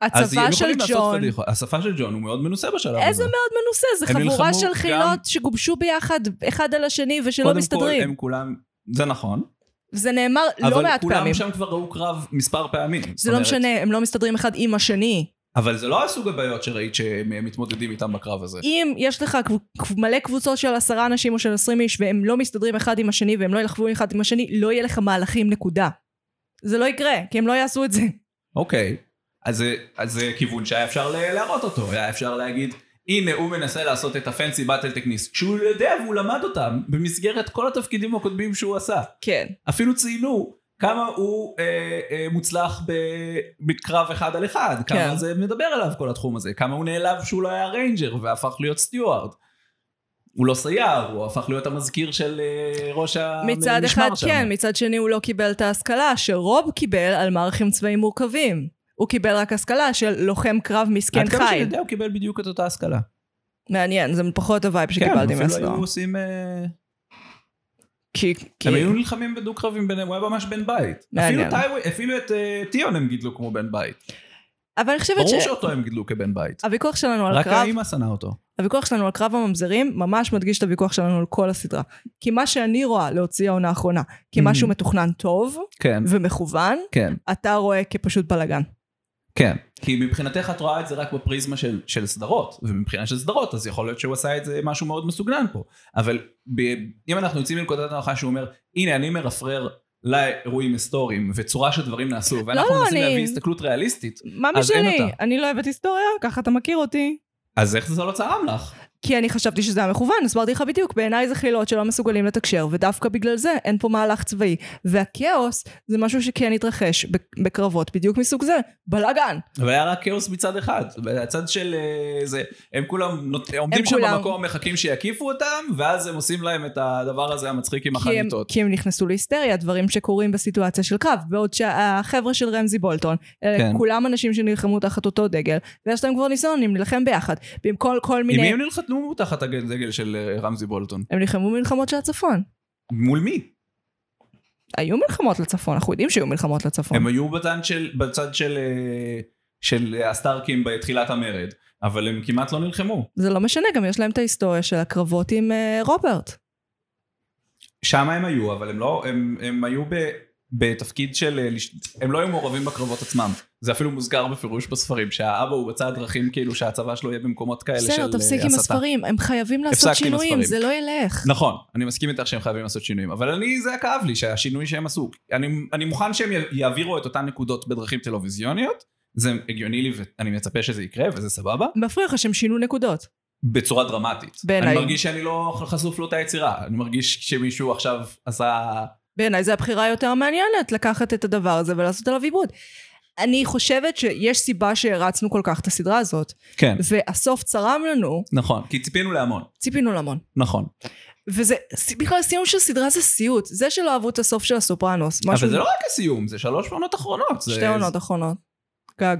[SPEAKER 1] אז הם
[SPEAKER 2] הצבא של
[SPEAKER 1] יכולים לעשות
[SPEAKER 2] ג'ון,
[SPEAKER 1] פדיחות. השפה של ג'ון הוא מאוד מנוסה בשלב הזה.
[SPEAKER 2] איזה מאוד מנוסה, זה
[SPEAKER 1] הם
[SPEAKER 2] חבורה
[SPEAKER 1] נלחמו
[SPEAKER 2] של
[SPEAKER 1] גם-
[SPEAKER 2] חילות שגובשו ביחד אחד על השני ושלא
[SPEAKER 1] קודם כל,
[SPEAKER 2] מסתדרים.
[SPEAKER 1] הם כולם, זה נכון,
[SPEAKER 2] זה נאמר לא
[SPEAKER 1] אבל
[SPEAKER 2] מעט
[SPEAKER 1] כולם
[SPEAKER 2] פעמים.
[SPEAKER 1] שם כבר ראו קרב מספר פעמים. זאת
[SPEAKER 2] זה לא
[SPEAKER 1] אומרת,
[SPEAKER 2] משנה, הם לא מסתדרים אחד עם השני.
[SPEAKER 1] אבל זה לא הסוג הבעיות שראית שהם אה, מתמודדים איתם בקרב הזה.
[SPEAKER 2] אם יש לך קב- קב- מלא קבוצות של עשרה אנשים או של עשרים איש והם לא מסתדרים אחד עם השני והם לא ילחבו אחד עם השני, לא יהיה לך מהלכים, נקודה. זה לא יקרה, כי הם לא יעשו את זה.
[SPEAKER 1] אוקיי, אז זה- אז זה כיוון שהיה אפשר ל- להראות אותו, היה אפשר להגיד, הנה הוא מנסה לעשות את הפנסי באטל טכניסט, שהוא יודע והוא למד אותם במסגרת כל התפקידים הקודמים שהוא עשה.
[SPEAKER 2] כן.
[SPEAKER 1] אפילו ציינו כמה הוא אה, אה, מוצלח ב- בקרב אחד על אחד, כמה
[SPEAKER 2] כן.
[SPEAKER 1] זה מדבר עליו כל התחום הזה, כמה הוא נעלב שהוא לא היה ריינג'ר והפך להיות סטיוארד. הוא לא סייר, הוא הפך להיות המזכיר של אה, ראש המשמר
[SPEAKER 2] מצד אחד
[SPEAKER 1] שם.
[SPEAKER 2] כן, מצד שני הוא לא קיבל את ההשכלה שרוב קיבל על מערכים צבאיים מורכבים. הוא קיבל רק השכלה של לוחם קרב מסכן
[SPEAKER 1] עד כמה שאני
[SPEAKER 2] חי.
[SPEAKER 1] יודע הוא קיבל בדיוק את אותה השכלה.
[SPEAKER 2] מעניין, זה פחות הווייב
[SPEAKER 1] כן,
[SPEAKER 2] שקיבלתי
[SPEAKER 1] אפילו
[SPEAKER 2] מהסדרה.
[SPEAKER 1] היו עושים... אה,
[SPEAKER 2] כי... כי-
[SPEAKER 1] הם היו נלחמים בדו-קרבים ביניהם, הוא היה ממש בן בית. אפילו,
[SPEAKER 2] מעניין.
[SPEAKER 1] טייווי- אפילו את אה, טיון הם גידלו כמו בן בית.
[SPEAKER 2] אבל אני חושבת
[SPEAKER 1] ברור שאותו הם גידלו כבן בית.
[SPEAKER 2] שהוויכוח שלנו על
[SPEAKER 1] רק
[SPEAKER 2] קרב,
[SPEAKER 1] האמא שנאה אותו.
[SPEAKER 2] הוויכוח שלנו על קרב הממזרים ממש מדגיש את הוויכוח שלנו על כל הסדרה. כי מה שאני רואה להוציא העונה האחרונה, כי
[SPEAKER 1] Mhm.
[SPEAKER 2] משהו מתוכנן טוב
[SPEAKER 1] כן,
[SPEAKER 2] ומכוון,
[SPEAKER 1] כן.
[SPEAKER 2] אתה רואה כפשוט בלאגן.
[SPEAKER 1] כן. כי מבחינתך את רואה את זה רק בפריזמה של, של סדרות, ומבחינה של סדרות אז יכול להיות שהוא עשה את זה משהו מאוד מסוגנן פה. אבל ב, אם אנחנו יוצאים מנקודת הנחה שהוא אומר, הנה אני מרפרר לאירועים היסטוריים וצורה שדברים נעשו, ואנחנו
[SPEAKER 2] לא,
[SPEAKER 1] מנסים
[SPEAKER 2] אני-
[SPEAKER 1] להביא הסתכלות ריאליסטית,
[SPEAKER 2] מה
[SPEAKER 1] אז אין
[SPEAKER 2] משלי?
[SPEAKER 1] אותה.
[SPEAKER 2] אני לא אוהבת היסטוריה, ככה אתה מכיר אותי.
[SPEAKER 1] אז איך זה לא צרם לך?
[SPEAKER 2] כי אני חשבתי שזה היה מכוון, הסברתי לך בדיוק, בעיניי זה חילות שלא מסוגלים לתקשר, ודווקא בגלל זה אין פה מהלך צבאי. והכאוס זה משהו שכן התרחש בק- בקרבות בדיוק מסוג זה, בלאגן.
[SPEAKER 1] אבל היה רק כאוס מצד אחד, והצד של אה, זה, הם כולם נות- עומדים שם
[SPEAKER 2] כולם-
[SPEAKER 1] במקום, מחכים שיקיפו אותם, ואז הם עושים להם את הדבר הזה המצחיק עם
[SPEAKER 2] כי הם,
[SPEAKER 1] החניתות.
[SPEAKER 2] כי הם נכנסו להיסטריה, דברים שקורים בסיטואציה של קרב, בעוד שהחבר'ה של רמזי בולטון,
[SPEAKER 1] כן.
[SPEAKER 2] כן. כולם אנשים שנלחמו תחת אותו דגל, ויש להם כבר ניסיון להילחם ביחד, במקום כל
[SPEAKER 1] עם מי
[SPEAKER 2] מיני...
[SPEAKER 1] הם נלחמו תחת הדגל של אה, רמזי בולטון?
[SPEAKER 2] הם נלחמו במלחמות של הצפון.
[SPEAKER 1] מול מי?
[SPEAKER 2] היו מלחמות לצפון, אנחנו יודעים שהיו מלחמות לצפון.
[SPEAKER 1] הם היו בצד של, בצד של, אה, של הסטארקים בתחילת המרד, אבל הם כמעט לא נלחמו.
[SPEAKER 2] זה לא משנה, גם יש להם את ההיסטוריה של הקרבות עם אה, רוברט.
[SPEAKER 1] שם הם היו, אבל הם לא, הם, הם היו ב, בתפקיד של, אה, לש- הם לא היו מעורבים בקרבות עצמם. זה אפילו מוזכר בפירוש בספרים, שהאבא הוא בצד דרכים, כאילו שהצבא שלו יהיה במקומות כאלה של אה,
[SPEAKER 2] בסדר,
[SPEAKER 1] הסתה.
[SPEAKER 2] תפסיק עם הספרים, הם חייבים
[SPEAKER 1] הפסקתי עם
[SPEAKER 2] לעשות שינויים,
[SPEAKER 1] הספרים.
[SPEAKER 2] זה לא ילך.
[SPEAKER 1] נכון, אני מסכים איתך שהם חייבים לעשות שינויים, אבל אני, זה כאב לי שהשינוי שהם עשו. אני, אני מוכן שהם י- יעבירו את אותן נקודות בדרכים טלוויזיוניות, זה הגיוני לי ואני מצפה שזה יקרה וזה סבבה,
[SPEAKER 2] מפריע לך שהם שינו נקודות.
[SPEAKER 1] בצורה דרמטית.
[SPEAKER 2] בעיניי.
[SPEAKER 1] אני מרגיש שאני לא חשוף לאותה יצירה, אני מרגיש שמישהו עכשיו עשה...
[SPEAKER 2] בעיניי זו הבחירה היותר מעניינת, לקחת את הדבר הזה ולעשות עליו עיבוד. אני חושבת שיש סיבה שהרצנו כל כך את הסדרה הזאת,
[SPEAKER 1] כן,
[SPEAKER 2] והסוף צרם לנו,
[SPEAKER 1] נכון, כי ציפינו להמון,
[SPEAKER 2] ציפינו למון.
[SPEAKER 1] נכון.
[SPEAKER 2] וזה, בכלל סיום של סדרה זה סיוט, זה שלא אהבו את הסוף של הסופרנוס, משהו,
[SPEAKER 1] אבל זה לא רק הסיום, זה שלוש עונות אחרונות. זה-
[SPEAKER 2] שתי עונות אחרונות, גג.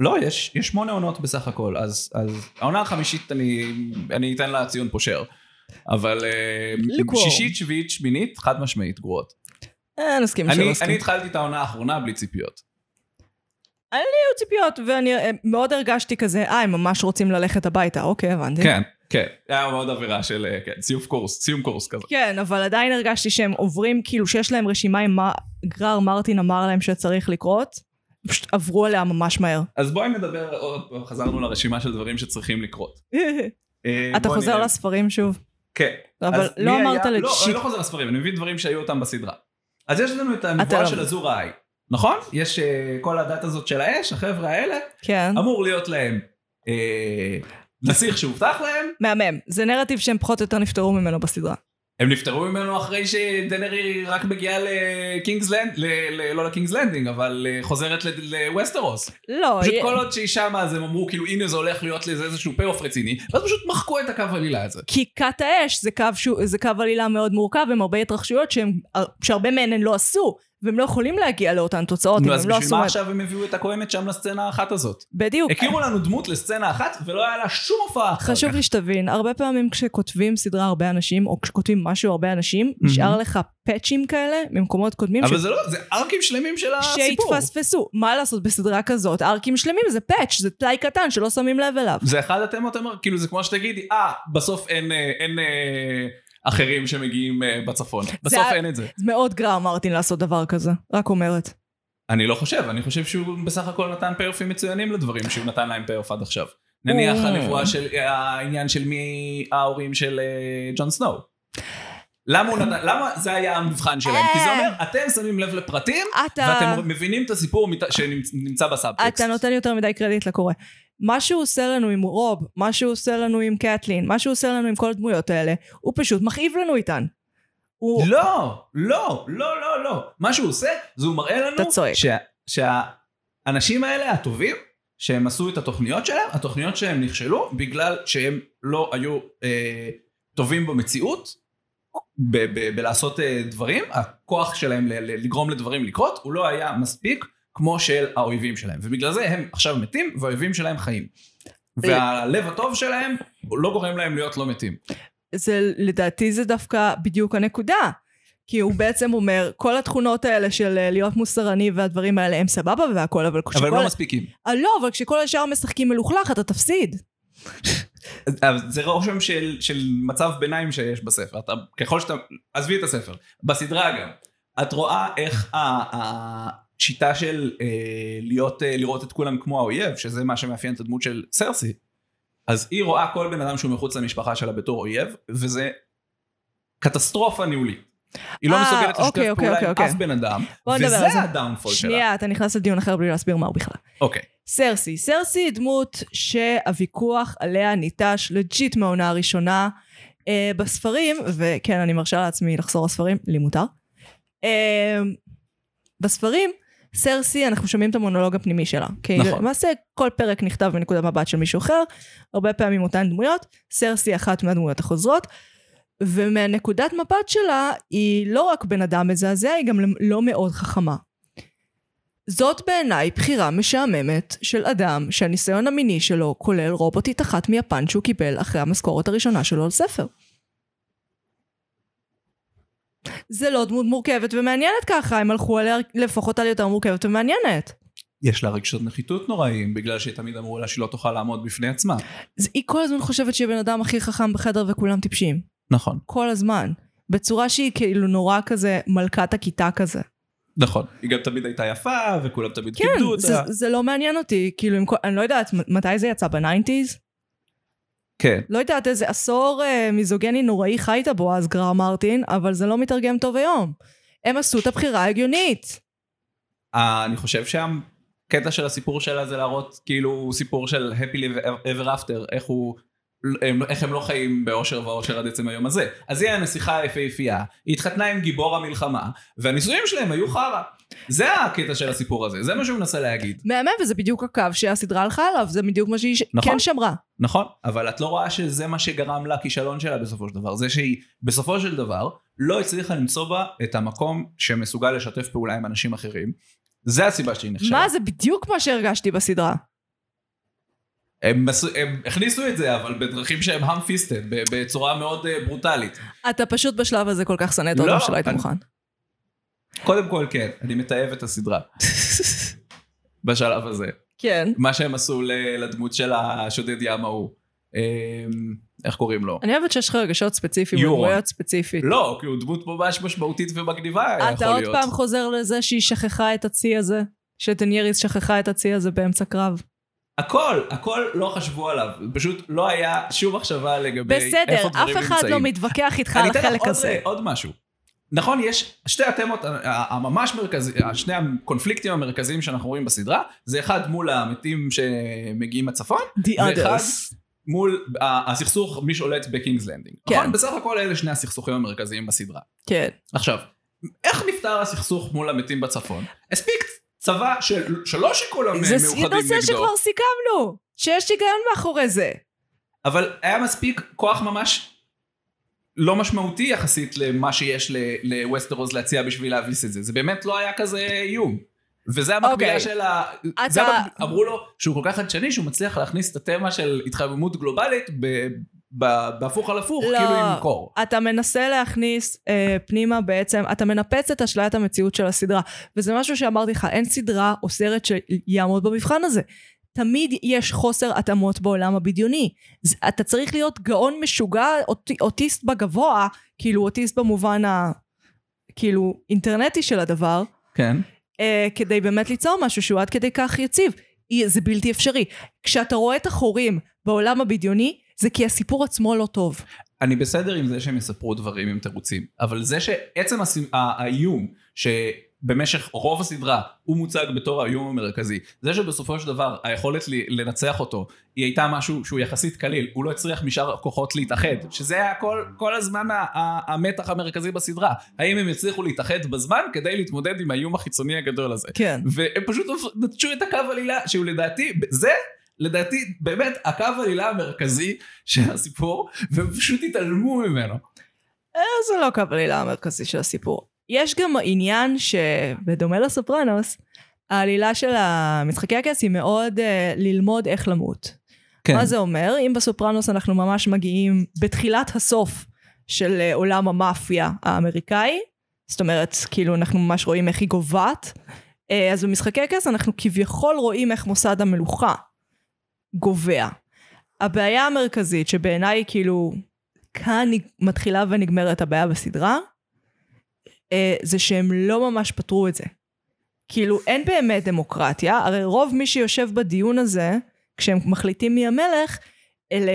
[SPEAKER 1] לא, יש, יש שמונה עונות בסך הכל, אז, אז העונה החמישית אני, אני אתן לה ציון פושר. אבל אה,
[SPEAKER 2] לגרור.
[SPEAKER 1] שישית, שביעית, שמינית, חד משמעית גרועות.
[SPEAKER 2] אה, נסכים שלא
[SPEAKER 1] אני,
[SPEAKER 2] נסכים.
[SPEAKER 1] אני התחלתי את העונה האחרונה בלי ציפיות.
[SPEAKER 2] היו ציפיות, ואני אה, מאוד הרגשתי כזה, אה, הם ממש רוצים ללכת הביתה, אוקיי, הבנתי.
[SPEAKER 1] כן, כן. היה מאוד אווירה של, אה, כן, סיום קורס, סיום קורס כזה.
[SPEAKER 2] כן, אבל עדיין הרגשתי שהם עוברים, כאילו שיש להם רשימה עם מה גרר מרטין אמר להם שצריך לקרות, פשוט עברו עליה ממש מהר.
[SPEAKER 1] אז בואי נדבר, עוד פעם, חזרנו לרשימה של דברים שצריכים לקרות. אה,
[SPEAKER 2] אתה
[SPEAKER 1] בואי
[SPEAKER 2] חוזר
[SPEAKER 1] נראה.
[SPEAKER 2] לספרים שוב,
[SPEAKER 1] כן.
[SPEAKER 2] אבל
[SPEAKER 1] אז
[SPEAKER 2] לא
[SPEAKER 1] מי
[SPEAKER 2] אמרת
[SPEAKER 1] היה-
[SPEAKER 2] לי
[SPEAKER 1] לא, אני
[SPEAKER 2] שיט.
[SPEAKER 1] לא חוזר לספרים, אני מבין דברים שהיו אותם בסדרה. אז יש לנו את
[SPEAKER 2] אתה
[SPEAKER 1] הנבואה
[SPEAKER 2] לא-
[SPEAKER 1] של אזור האי, נכון? יש אה, כל הדת הזאת של האש, החבר'ה האלה,
[SPEAKER 2] כן.
[SPEAKER 1] אמור להיות להם אה, נסיך שהובטח להם,
[SPEAKER 2] מהמם. זה נרטיב שהם פחות או יותר נפטרו ממנו בסדרה.
[SPEAKER 1] הם נפטרו ממנו אחרי שדנרי רק מגיעה לקינגס לנד, ל- ל- לא לקינגס לנדינג, אבל אה, חוזרת ל- לווסטרוס.
[SPEAKER 2] לא,
[SPEAKER 1] פשוט
[SPEAKER 2] יה-
[SPEAKER 1] כל עוד שהיא שמה אז הם אמרו כאילו הנה זה הולך להיות לזה איזשהו פי-אוף רציני, ואז פשוט מחקו את הקו עלילה הזה.
[SPEAKER 2] כי כת האש זה קו, שהוא, זה קו עלילה מאוד מורכב, עם הרבה התרחשויות שהם, שהרבה מהן הם לא עשו, והם לא יכולים להגיע לאותן תוצאות, אם
[SPEAKER 1] נו,
[SPEAKER 2] הם
[SPEAKER 1] אז
[SPEAKER 2] לא
[SPEAKER 1] בשביל
[SPEAKER 2] עשו...
[SPEAKER 1] מה
[SPEAKER 2] מה-
[SPEAKER 1] עכשיו הם הביאו את הכהנת שם לסצנה האחת הזאת?
[SPEAKER 2] בדיוק.
[SPEAKER 1] הכירו לנו דמות לסצנה אחת ולא היה לה שום הופעה אחר
[SPEAKER 2] חשוב
[SPEAKER 1] כך.
[SPEAKER 2] לי שתבין, הרבה פעמים כשכותבים סדרה הרבה אנשים, או כשכותבים משהו הרבה אנשים, נשאר לך פאצ'ים כאלה ממקומות קודמים
[SPEAKER 1] אבל זה לא, זה ארקים שלמים של הסיפור.
[SPEAKER 2] שהתפספסו. מה לעשות בסדרה כזאת? ארקים שלמים זה פאץ', זה טלאי קטן שלא שמים לב אליו.
[SPEAKER 1] זה אחד התמות, אמר, כאילו זה כמו שתגידי, אה, בסוף אין, אה, אין אה, אחרים שמגיעים אה, בצפון. בסוף
[SPEAKER 2] ה-
[SPEAKER 1] אין את זה.
[SPEAKER 2] זה מאוד גרר מרטין לעשות דבר כזה, רק אומרת.
[SPEAKER 1] אני לא חושב, אני חושב שהוא בסך הכל נתן פי-אופים מצוינים לדברים שהוא נתן להם פי-אוף עד עכשיו. נניח
[SPEAKER 2] או.
[SPEAKER 1] הנבואה של, העניין של מי ההורים של אה, ג'ון סנואו. למה הוא נתן, למה זה היה המבחן שלהם? כי
[SPEAKER 2] אה.
[SPEAKER 1] זה אומר, אתם שמים לב לפרטים,
[SPEAKER 2] אתה...
[SPEAKER 1] ואתם מבינים את הסיפור מת- שנמצא בסאבטקסט.
[SPEAKER 2] אתה נותן יותר מדי קרדיט לקורא. מה שהוא עושה לנו עם רוב, מה שהוא עושה לנו עם קטלין, מה שהוא עושה לנו עם כל הדמויות האלה, הוא פשוט מכאיב לנו איתן. הוא...
[SPEAKER 1] לא, לא, לא, לא, לא. מה שהוא עושה, זה הוא מראה לנו...
[SPEAKER 2] אתה צועק.
[SPEAKER 1] שה- שהאנשים האלה, הטובים, שהם עשו את התוכניות שלהם, התוכניות שהם נכשלו, בגלל שהם לא היו אה, טובים במציאות, ב- ב- בלעשות אה, דברים, הכוח שלהם ל- ל- לגרום לדברים לקרות, הוא לא היה מספיק כמו של האויבים שלהם. ובגלל זה הם עכשיו מתים, והאויבים שלהם חיים. והלב הטוב שלהם הוא לא גורם להם להיות לא מתים.
[SPEAKER 2] זה לדעתי זה דווקא בדיוק הנקודה. כי הוא בעצם אומר, כל התכונות האלה של אה, להיות מוסרני והדברים האלה הם סבבה והכל, אבל
[SPEAKER 1] אבל הם
[SPEAKER 2] כשכל...
[SPEAKER 1] לא מספיקים.
[SPEAKER 2] אה, לא, אבל כשכל השאר משחקים מלוכלך אתה תפסיד.
[SPEAKER 1] אז זה רושם של, של מצב ביניים שיש בספר. אתה, ככל שאתה, עזבי את הספר, בסדרה גם. את רואה איך ה, ה, שיטה של אה, להיות, אה, לראות את כולם כמו האויב, שזה מה שמאפיין את הדמות של סרסי. אז היא רואה כל בן אדם שהוא מחוץ למשפחה שלה בתור אויב, וזה קטסטרופה ניהולית. היא לא
[SPEAKER 2] אה,
[SPEAKER 1] מסוגלת לשתף
[SPEAKER 2] אוקיי, אוקיי,
[SPEAKER 1] פעולה עם
[SPEAKER 2] אוקיי.
[SPEAKER 1] אף בן אדם,
[SPEAKER 2] בוא נדבר על
[SPEAKER 1] וזה
[SPEAKER 2] זה.
[SPEAKER 1] הדאונפול שלה.
[SPEAKER 2] שנייה, אתה נכנס לדיון אחר בלי להסביר מהו בכלל.
[SPEAKER 1] אוקיי.
[SPEAKER 2] סרסי. סרסי היא דמות שהוויכוח עליה ניטש לג'יט מהעונה הראשונה אה, בספרים, וכן, אני מרשה לעצמי לחזור לספרים, לי מותר. אה, בספרים, סרסי, אנחנו שומעים את המונולוג הפנימי שלה. כי
[SPEAKER 1] נכון.
[SPEAKER 2] למעשה כל פרק נכתב מנקודת מבט של מישהו אחר, הרבה פעמים אותן דמויות, סרסי אחת מהדמויות החוזרות. ומהנקודת מבט שלה היא לא רק בן אדם מזעזע, היא גם לא מאוד חכמה. זאת בעיניי בחירה משעממת של אדם שהניסיון המיני שלו כולל רובוטית אחת מיפן שהוא קיבל אחרי המשכורת הראשונה שלו על ספר. זה לא דמות מורכבת ומעניינת ככה, הם הלכו עליה לפחות על יותר מורכבת ומעניינת.
[SPEAKER 1] יש לה רגשות נחיתות נוראיים, בגלל שתמיד אמרו לה שהיא לא תוכל לעמוד בפני עצמה.
[SPEAKER 2] זה- היא כל הזמן חושבת שהיא הבן אדם הכי חכם בחדר וכולם טיפשים.
[SPEAKER 1] נכון.
[SPEAKER 2] כל הזמן. בצורה שהיא כאילו נורא כזה מלכת הכיתה כזה.
[SPEAKER 1] נכון. היא גם תמיד הייתה יפה, וכולם תמיד
[SPEAKER 2] כן,
[SPEAKER 1] כיבדו אותה.
[SPEAKER 2] זה, זה לא מעניין אותי, כאילו, עם כל, אני לא יודעת מ- מתי זה יצא, בניינטיז?
[SPEAKER 1] כן.
[SPEAKER 2] לא יודעת איזה עשור אה, מיזוגני נוראי חיית בו אז גרר מרטין, אבל זה לא מתרגם טוב היום. הם עשו את הבחירה ההגיונית.
[SPEAKER 1] אה, אני חושב שהקטע של הסיפור שלה זה להראות כאילו סיפור של happily ever after, איך הוא... הם, איך הם לא חיים באושר ואושר עד עצם היום הזה. אז היא הנסיכה היפהפייה, היא התחתנה עם גיבור המלחמה, והנישואים שלהם היו חרא. זה הקטע של הסיפור הזה, זה מה שהוא מנסה להגיד.
[SPEAKER 2] מהמם, וזה בדיוק הקו שהסדרה הלכה עליו, זה בדיוק מה שהיא ש-
[SPEAKER 1] נכון.
[SPEAKER 2] כן שמרה.
[SPEAKER 1] נכון, אבל את לא רואה שזה מה שגרם לכישלון שלה בסופו של דבר. זה שהיא בסופו של דבר לא הצליחה למצוא בה את המקום שמסוגל לשתף פעולה עם אנשים אחרים. זה הסיבה שהיא נכשלה.
[SPEAKER 2] מה זה בדיוק מה שהרגשתי בסדרה.
[SPEAKER 1] הם, עשו- הם הכניסו את זה, אבל בדרכים שהם המפיסטד, בצורה מאוד אה, ברוטלית.
[SPEAKER 2] אתה פשוט בשלב הזה כל כך שנא את
[SPEAKER 1] לא,
[SPEAKER 2] אותו שלא היית
[SPEAKER 1] אני-
[SPEAKER 2] מוכן.
[SPEAKER 1] קודם כל, כן, אני מתעב את הסדרה בשלב הזה.
[SPEAKER 2] כן.
[SPEAKER 1] מה שהם עשו ל- לדמות של השודד ים ההוא. אמ, איך קוראים לו?
[SPEAKER 2] אני אוהבת שיש לך רגשות ספציפיים,
[SPEAKER 1] יורון.
[SPEAKER 2] רגויות ספציפית.
[SPEAKER 1] לא, כי הוא דמות ממש משמעותית ומגניבה, יכול להיות.
[SPEAKER 2] אה, אתה עוד פעם חוזר לזה שהיא שכחה את הצי הזה? שדנייריס שכחה את הצי הזה באמצע קרב.
[SPEAKER 1] הכל, הכל לא חשבו עליו. פשוט לא היה שום מחשבה לגבי איפה דברים
[SPEAKER 2] בסדר,
[SPEAKER 1] נמצאים.
[SPEAKER 2] אף אחד לא מתווכח איתך על
[SPEAKER 1] אני אתן לך
[SPEAKER 2] החלק
[SPEAKER 1] עוד, אה,
[SPEAKER 2] הזה.
[SPEAKER 1] עוד משהו. נכון, יש שתי התמות אה, הממש מרכזיים, שני הקונפליקטים המרכזיים שאנחנו רואים בסדרה, זה אחד מול המתים שמגיעים מהצפון,
[SPEAKER 2] The
[SPEAKER 1] ואחד
[SPEAKER 2] others.
[SPEAKER 1] מול ה- הסכסוך מי שולט בקינגס לנדינג.
[SPEAKER 2] כן.
[SPEAKER 1] נכון? בסך הכל אלה שני הסכסוכים המרכזיים בסדרה.
[SPEAKER 2] כן.
[SPEAKER 1] עכשיו, איך נפתר הסכסוך מול המתים בצפון? הספיק צבא של שלא שכולם אה,
[SPEAKER 2] זה
[SPEAKER 1] מאוחדים נגדו.
[SPEAKER 2] נושא שכבר סיכמנו, שיש היגיון מאחורי זה.
[SPEAKER 1] אבל היה מספיק כוח ממש לא משמעותי יחסית למה שיש ל- לווסטרוס להציע בשביל להביס את זה. זה באמת לא היה כזה איום. וזה המקבילה
[SPEAKER 2] אוקיי.
[SPEAKER 1] של ה...
[SPEAKER 2] אתה-
[SPEAKER 1] זה המקב- אמרו לו שהוא כל כך חדשני שהוא מצליח להכניס את התמה של התחממות גלובלית ב... ב... בהפוך על הפוך,
[SPEAKER 2] לא.
[SPEAKER 1] כאילו עם קור.
[SPEAKER 2] אתה מנסה להכניס אה, פנימה בעצם, אתה מנפץ את אשליית המציאות של הסדרה. וזה משהו שאמרתי לך, אין סדרה או סרט שיעמוד במבחן הזה. תמיד יש חוסר התאמות בעולם הבדיוני. זה- אתה צריך להיות גאון משוגע, אוט, אוטיסט בגבוה, כאילו אוטיסט במובן ה... כאילו אינטרנטי של הדבר,
[SPEAKER 1] כן.
[SPEAKER 2] אה, כדי באמת ליצור משהו שהוא עד כדי כך יציב. אי- זה בלתי אפשרי. כשאתה רואה את החורים בעולם הבדיוני, זה כי הסיפור עצמו לא טוב.
[SPEAKER 1] אני בסדר עם זה שהם יספרו דברים עם תירוצים, אבל זה שעצם הס- ה- האיום שבמשך רוב הסדרה הוא מוצג בתור האיום המרכזי, זה שבסופו של דבר היכולת ל- לנצח אותו היא הייתה משהו שהוא יחסית קליל, הוא לא הצליח משאר הכוחות להתאחד, שזה היה כל, כל הזמן ה- ה- המתח המרכזי בסדרה, האם הם יצליחו להתאחד בזמן כדי להתמודד עם האיום החיצוני הגדול הזה.
[SPEAKER 2] כן.
[SPEAKER 1] והם פשוט נטשו את הקו עלילה, שהוא לדעתי, זה לדעתי באמת הקו עלילה המרכזי של הסיפור, והם פשוט התעלמו ממנו.
[SPEAKER 2] אה, זה לא קו העלילה המרכזי של הסיפור. יש גם עניין שבדומה לסופרנוס, העלילה של המשחקי הכס היא מאוד uh, ללמוד איך למות.
[SPEAKER 1] כן.
[SPEAKER 2] מה זה אומר? אם בסופרנוס אנחנו ממש מגיעים בתחילת הסוף של uh, עולם המאפיה האמריקאי, זאת אומרת, כאילו אנחנו ממש רואים איך היא גוועת, uh, אז במשחקי הכס אנחנו כביכול רואים איך מוסד המלוכה גובע. הבעיה המרכזית שבעיניי היא כאילו כאן נג- מתחילה ונגמרת הבעיה בסדרה, אה, זה שהם לא ממש פתרו את זה. כאילו, אין באמת דמוקרטיה, הרי רוב מי שיושב בדיון הזה, כשהם מחליטים מי המלך, אלה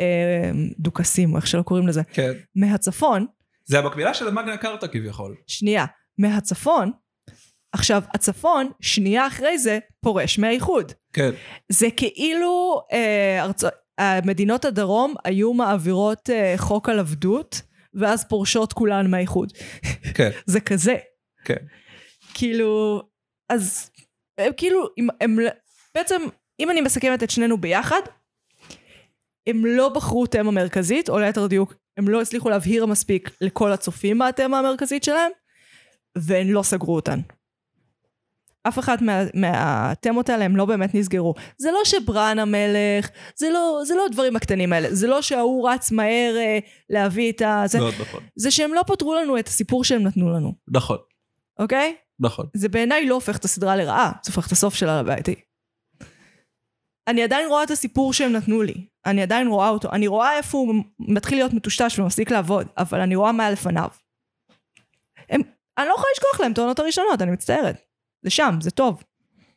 [SPEAKER 2] אה, דוכסים, איך שלא קוראים לזה,
[SPEAKER 1] כן.
[SPEAKER 2] מהצפון,
[SPEAKER 1] זה המקבילה של המגנה קארטה כביכול.
[SPEAKER 2] שנייה, מהצפון, עכשיו, הצפון, שנייה אחרי זה, פורש מהאיחוד.
[SPEAKER 1] כן.
[SPEAKER 2] זה כאילו אה, ארצ... אה, מדינות הדרום היו מעבירות אה, חוק על עבדות, ואז פורשות כולן מהאיחוד.
[SPEAKER 1] כן.
[SPEAKER 2] זה כזה.
[SPEAKER 1] כן.
[SPEAKER 2] כאילו, אז הם כאילו, הם, הם, ל- בעצם, אם אני מסכמת את שנינו ביחד, הם לא בחרו תמה מרכזית, או ליתר דיוק, הם לא הצליחו להבהיר מספיק לכל הצופים מה התמה המרכזית שלהם, והן לא סגרו אותן. אף אחת מה, מהתמות האלה הם לא באמת נסגרו. זה לא שבראן המלך, זה לא, זה לא הדברים הקטנים האלה, זה לא שההוא רץ מהר אה, להביא את ה... זה,
[SPEAKER 1] מאוד נכון.
[SPEAKER 2] זה שהם לא פתרו לנו את הסיפור שהם נתנו לנו,
[SPEAKER 1] נכון.
[SPEAKER 2] אוקיי?
[SPEAKER 1] נכון.
[SPEAKER 2] זה בעיניי לא הופך את הסדרה לרעה, זה הופך את הסוף שלה לבעייתי. אני עדיין רואה את הסיפור שהם נתנו לי. אני עדיין רואה אותו. אני רואה איפה הוא מתחיל להיות מטושטש ומפסיק לעבוד, אבל אני רואה מה היה לפניו. הם, אני לא יכולה לשכוח להם את העונות הראשונות, אני מצטערת. זה שם, זה טוב.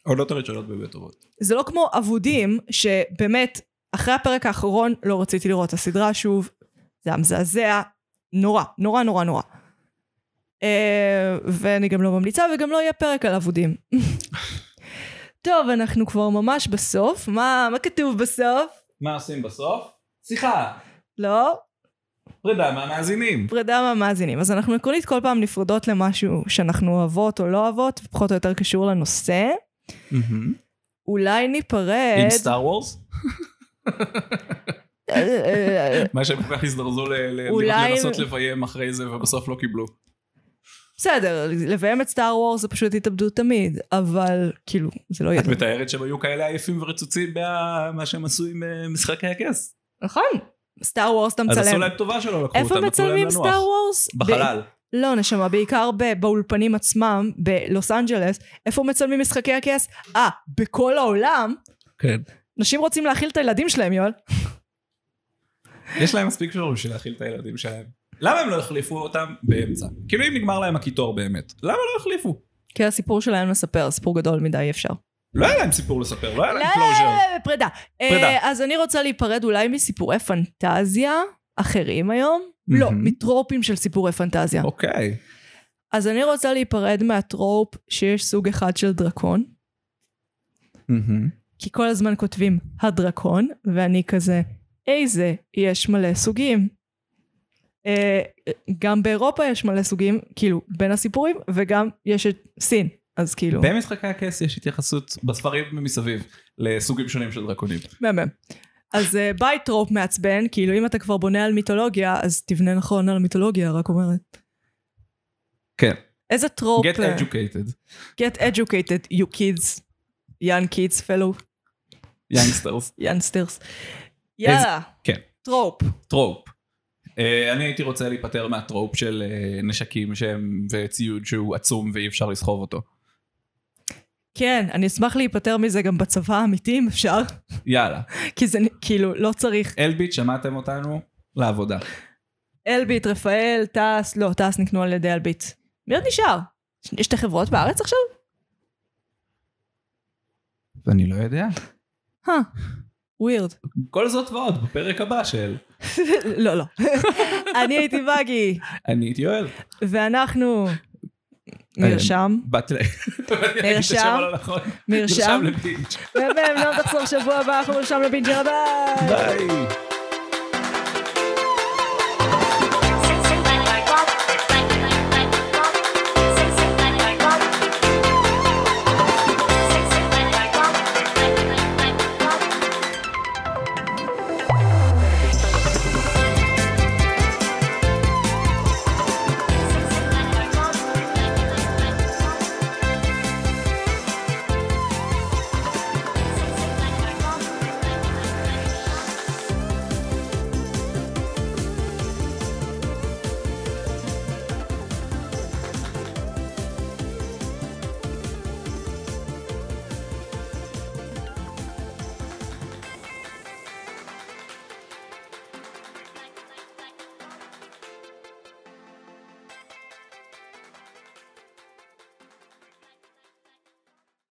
[SPEAKER 1] עונות הראשונות באמת טובות.
[SPEAKER 2] זה לא כמו אבודים, שבאמת, אחרי הפרק האחרון לא רציתי לראות את הסדרה שוב. זה היה מזעזע. נורא, נורא, נורא, נורא. אה, ואני גם לא ממליצה, וגם לא יהיה פרק על אבודים. טוב, אנחנו כבר ממש בסוף. מה, מה כתוב בסוף?
[SPEAKER 1] מה עושים בסוף? שיחה.
[SPEAKER 2] לא?
[SPEAKER 1] פרידה מהמאזינים.
[SPEAKER 2] פרידה מהמאזינים. אז אנחנו עקרונית כל פעם נפרדות למשהו שאנחנו אוהבות או לא אוהבות, פחות או יותר קשור לנושא. אולי ניפרד...
[SPEAKER 1] עם סטאר וורס?
[SPEAKER 2] אה, אה, אה,
[SPEAKER 1] מה שהם כל כך הזדרזו ל- ל-
[SPEAKER 2] אולי-
[SPEAKER 1] לנסות לביים אחרי זה ובסוף לא קיבלו.
[SPEAKER 2] בסדר, לביים את סטאר וורס זה פשוט התאבדות תמיד, אבל כאילו, זה לא יהיה.
[SPEAKER 1] את מתארת שהם היו כאלה עייפים ורצוצים מה- מה שהם עשו עם אה, משחקי הכס.
[SPEAKER 2] נכון. סטאר וורס אתה
[SPEAKER 1] אז עשו
[SPEAKER 2] מצלם.
[SPEAKER 1] להם טובה שלא לקחו
[SPEAKER 2] איפה
[SPEAKER 1] אותם, נתנו להם
[SPEAKER 2] מצלמים
[SPEAKER 1] לנוח.
[SPEAKER 2] סטאר וורס?
[SPEAKER 1] בחלל.
[SPEAKER 2] ב- לא, נשמה, בעיקר ב- באולפנים עצמם, בלוס אנג'לס. איפה מצלמים משחקי הכס? אה, בכל העולם.
[SPEAKER 1] כן.
[SPEAKER 2] אנשים רוצים להאכיל את הילדים שלהם, יואל.
[SPEAKER 1] יש להם מספיק שיעורים בשביל להאכיל את הילדים שלהם. למה הם לא החליפו אותם באמצע? כאילו אם נגמר להם הקיטור באמת, למה לא החליפו?
[SPEAKER 2] כי הסיפור שלהם לספר, סיפור גדול מדי, אי אפשר.
[SPEAKER 1] לא היה להם סיפור לספר, לא היה להם
[SPEAKER 2] לא,
[SPEAKER 1] קלוז'ר.
[SPEAKER 2] פרידה.
[SPEAKER 1] פרידה.
[SPEAKER 2] אה, אז אני רוצה להיפרד אולי מסיפורי פנטזיה אחרים היום. לא,
[SPEAKER 1] מהמם.
[SPEAKER 2] מטרופים של סיפורי פנטזיה.
[SPEAKER 1] אוקיי.
[SPEAKER 2] אז אני רוצה להיפרד מהטרופ שיש סוג אחד של דרקון,
[SPEAKER 1] מהמם.
[SPEAKER 2] כי כל הזמן כותבים הדרקון, ואני כזה, איזה, יש מלא סוגים. אה, גם באירופה יש מלא סוגים, כאילו, בין הסיפורים, וגם יש את סין, אז כאילו,
[SPEAKER 1] במשחקי הכס יש התייחסות בספרים ומסביב לסוגים שונים של דרקונים.
[SPEAKER 2] מהמם. אז אה, ביי טרופ מעצבן, כאילו, אם אתה כבר בונה על מיתולוגיה, אז תבנה נכון על המיתולוגיה, רק אומרת.
[SPEAKER 1] כן.
[SPEAKER 2] איזה טרופ...
[SPEAKER 1] Get
[SPEAKER 2] אה,
[SPEAKER 1] educated.
[SPEAKER 2] get educated, you kids. young kids, fellow
[SPEAKER 1] youngsters.
[SPEAKER 2] יאנסטרס. יאללה.
[SPEAKER 1] כן.
[SPEAKER 2] טרופ.
[SPEAKER 1] טרופ. אה, אני הייתי רוצה להיפטר מהטרופ של אה, נשקים שהם וציוד שהוא עצום ואי אפשר לסחוב אותו.
[SPEAKER 2] כן, אני אשמח להיפטר מזה גם בצבא האמיתי, אם אפשר.
[SPEAKER 1] יאללה.
[SPEAKER 2] כי זה נ- כאילו, לא צריך.
[SPEAKER 1] אלביט, שמעתם אותנו? לעבודה.
[SPEAKER 2] אלביט, רפאל, תעש, לא, תעש נקנו על ידי אלביט. מי עוד נשאר? יש- יש שתי חברות בארץ עכשיו?
[SPEAKER 1] אני לא יודע.
[SPEAKER 2] אה, ווירד.
[SPEAKER 1] כל זאת ועוד בפרק הבא של
[SPEAKER 2] לא, לא. אני הייתי מגי,
[SPEAKER 1] אני הייתי יואל.
[SPEAKER 2] ואנחנו... מרשם,
[SPEAKER 1] בת ל...
[SPEAKER 2] נרשם?
[SPEAKER 1] מרשם
[SPEAKER 2] מרשם,
[SPEAKER 1] לביץ'.
[SPEAKER 2] ובהם לא תחזור שבוע הבא, אנחנו נרשם לבינג'ר, ביי!
[SPEAKER 1] ביי.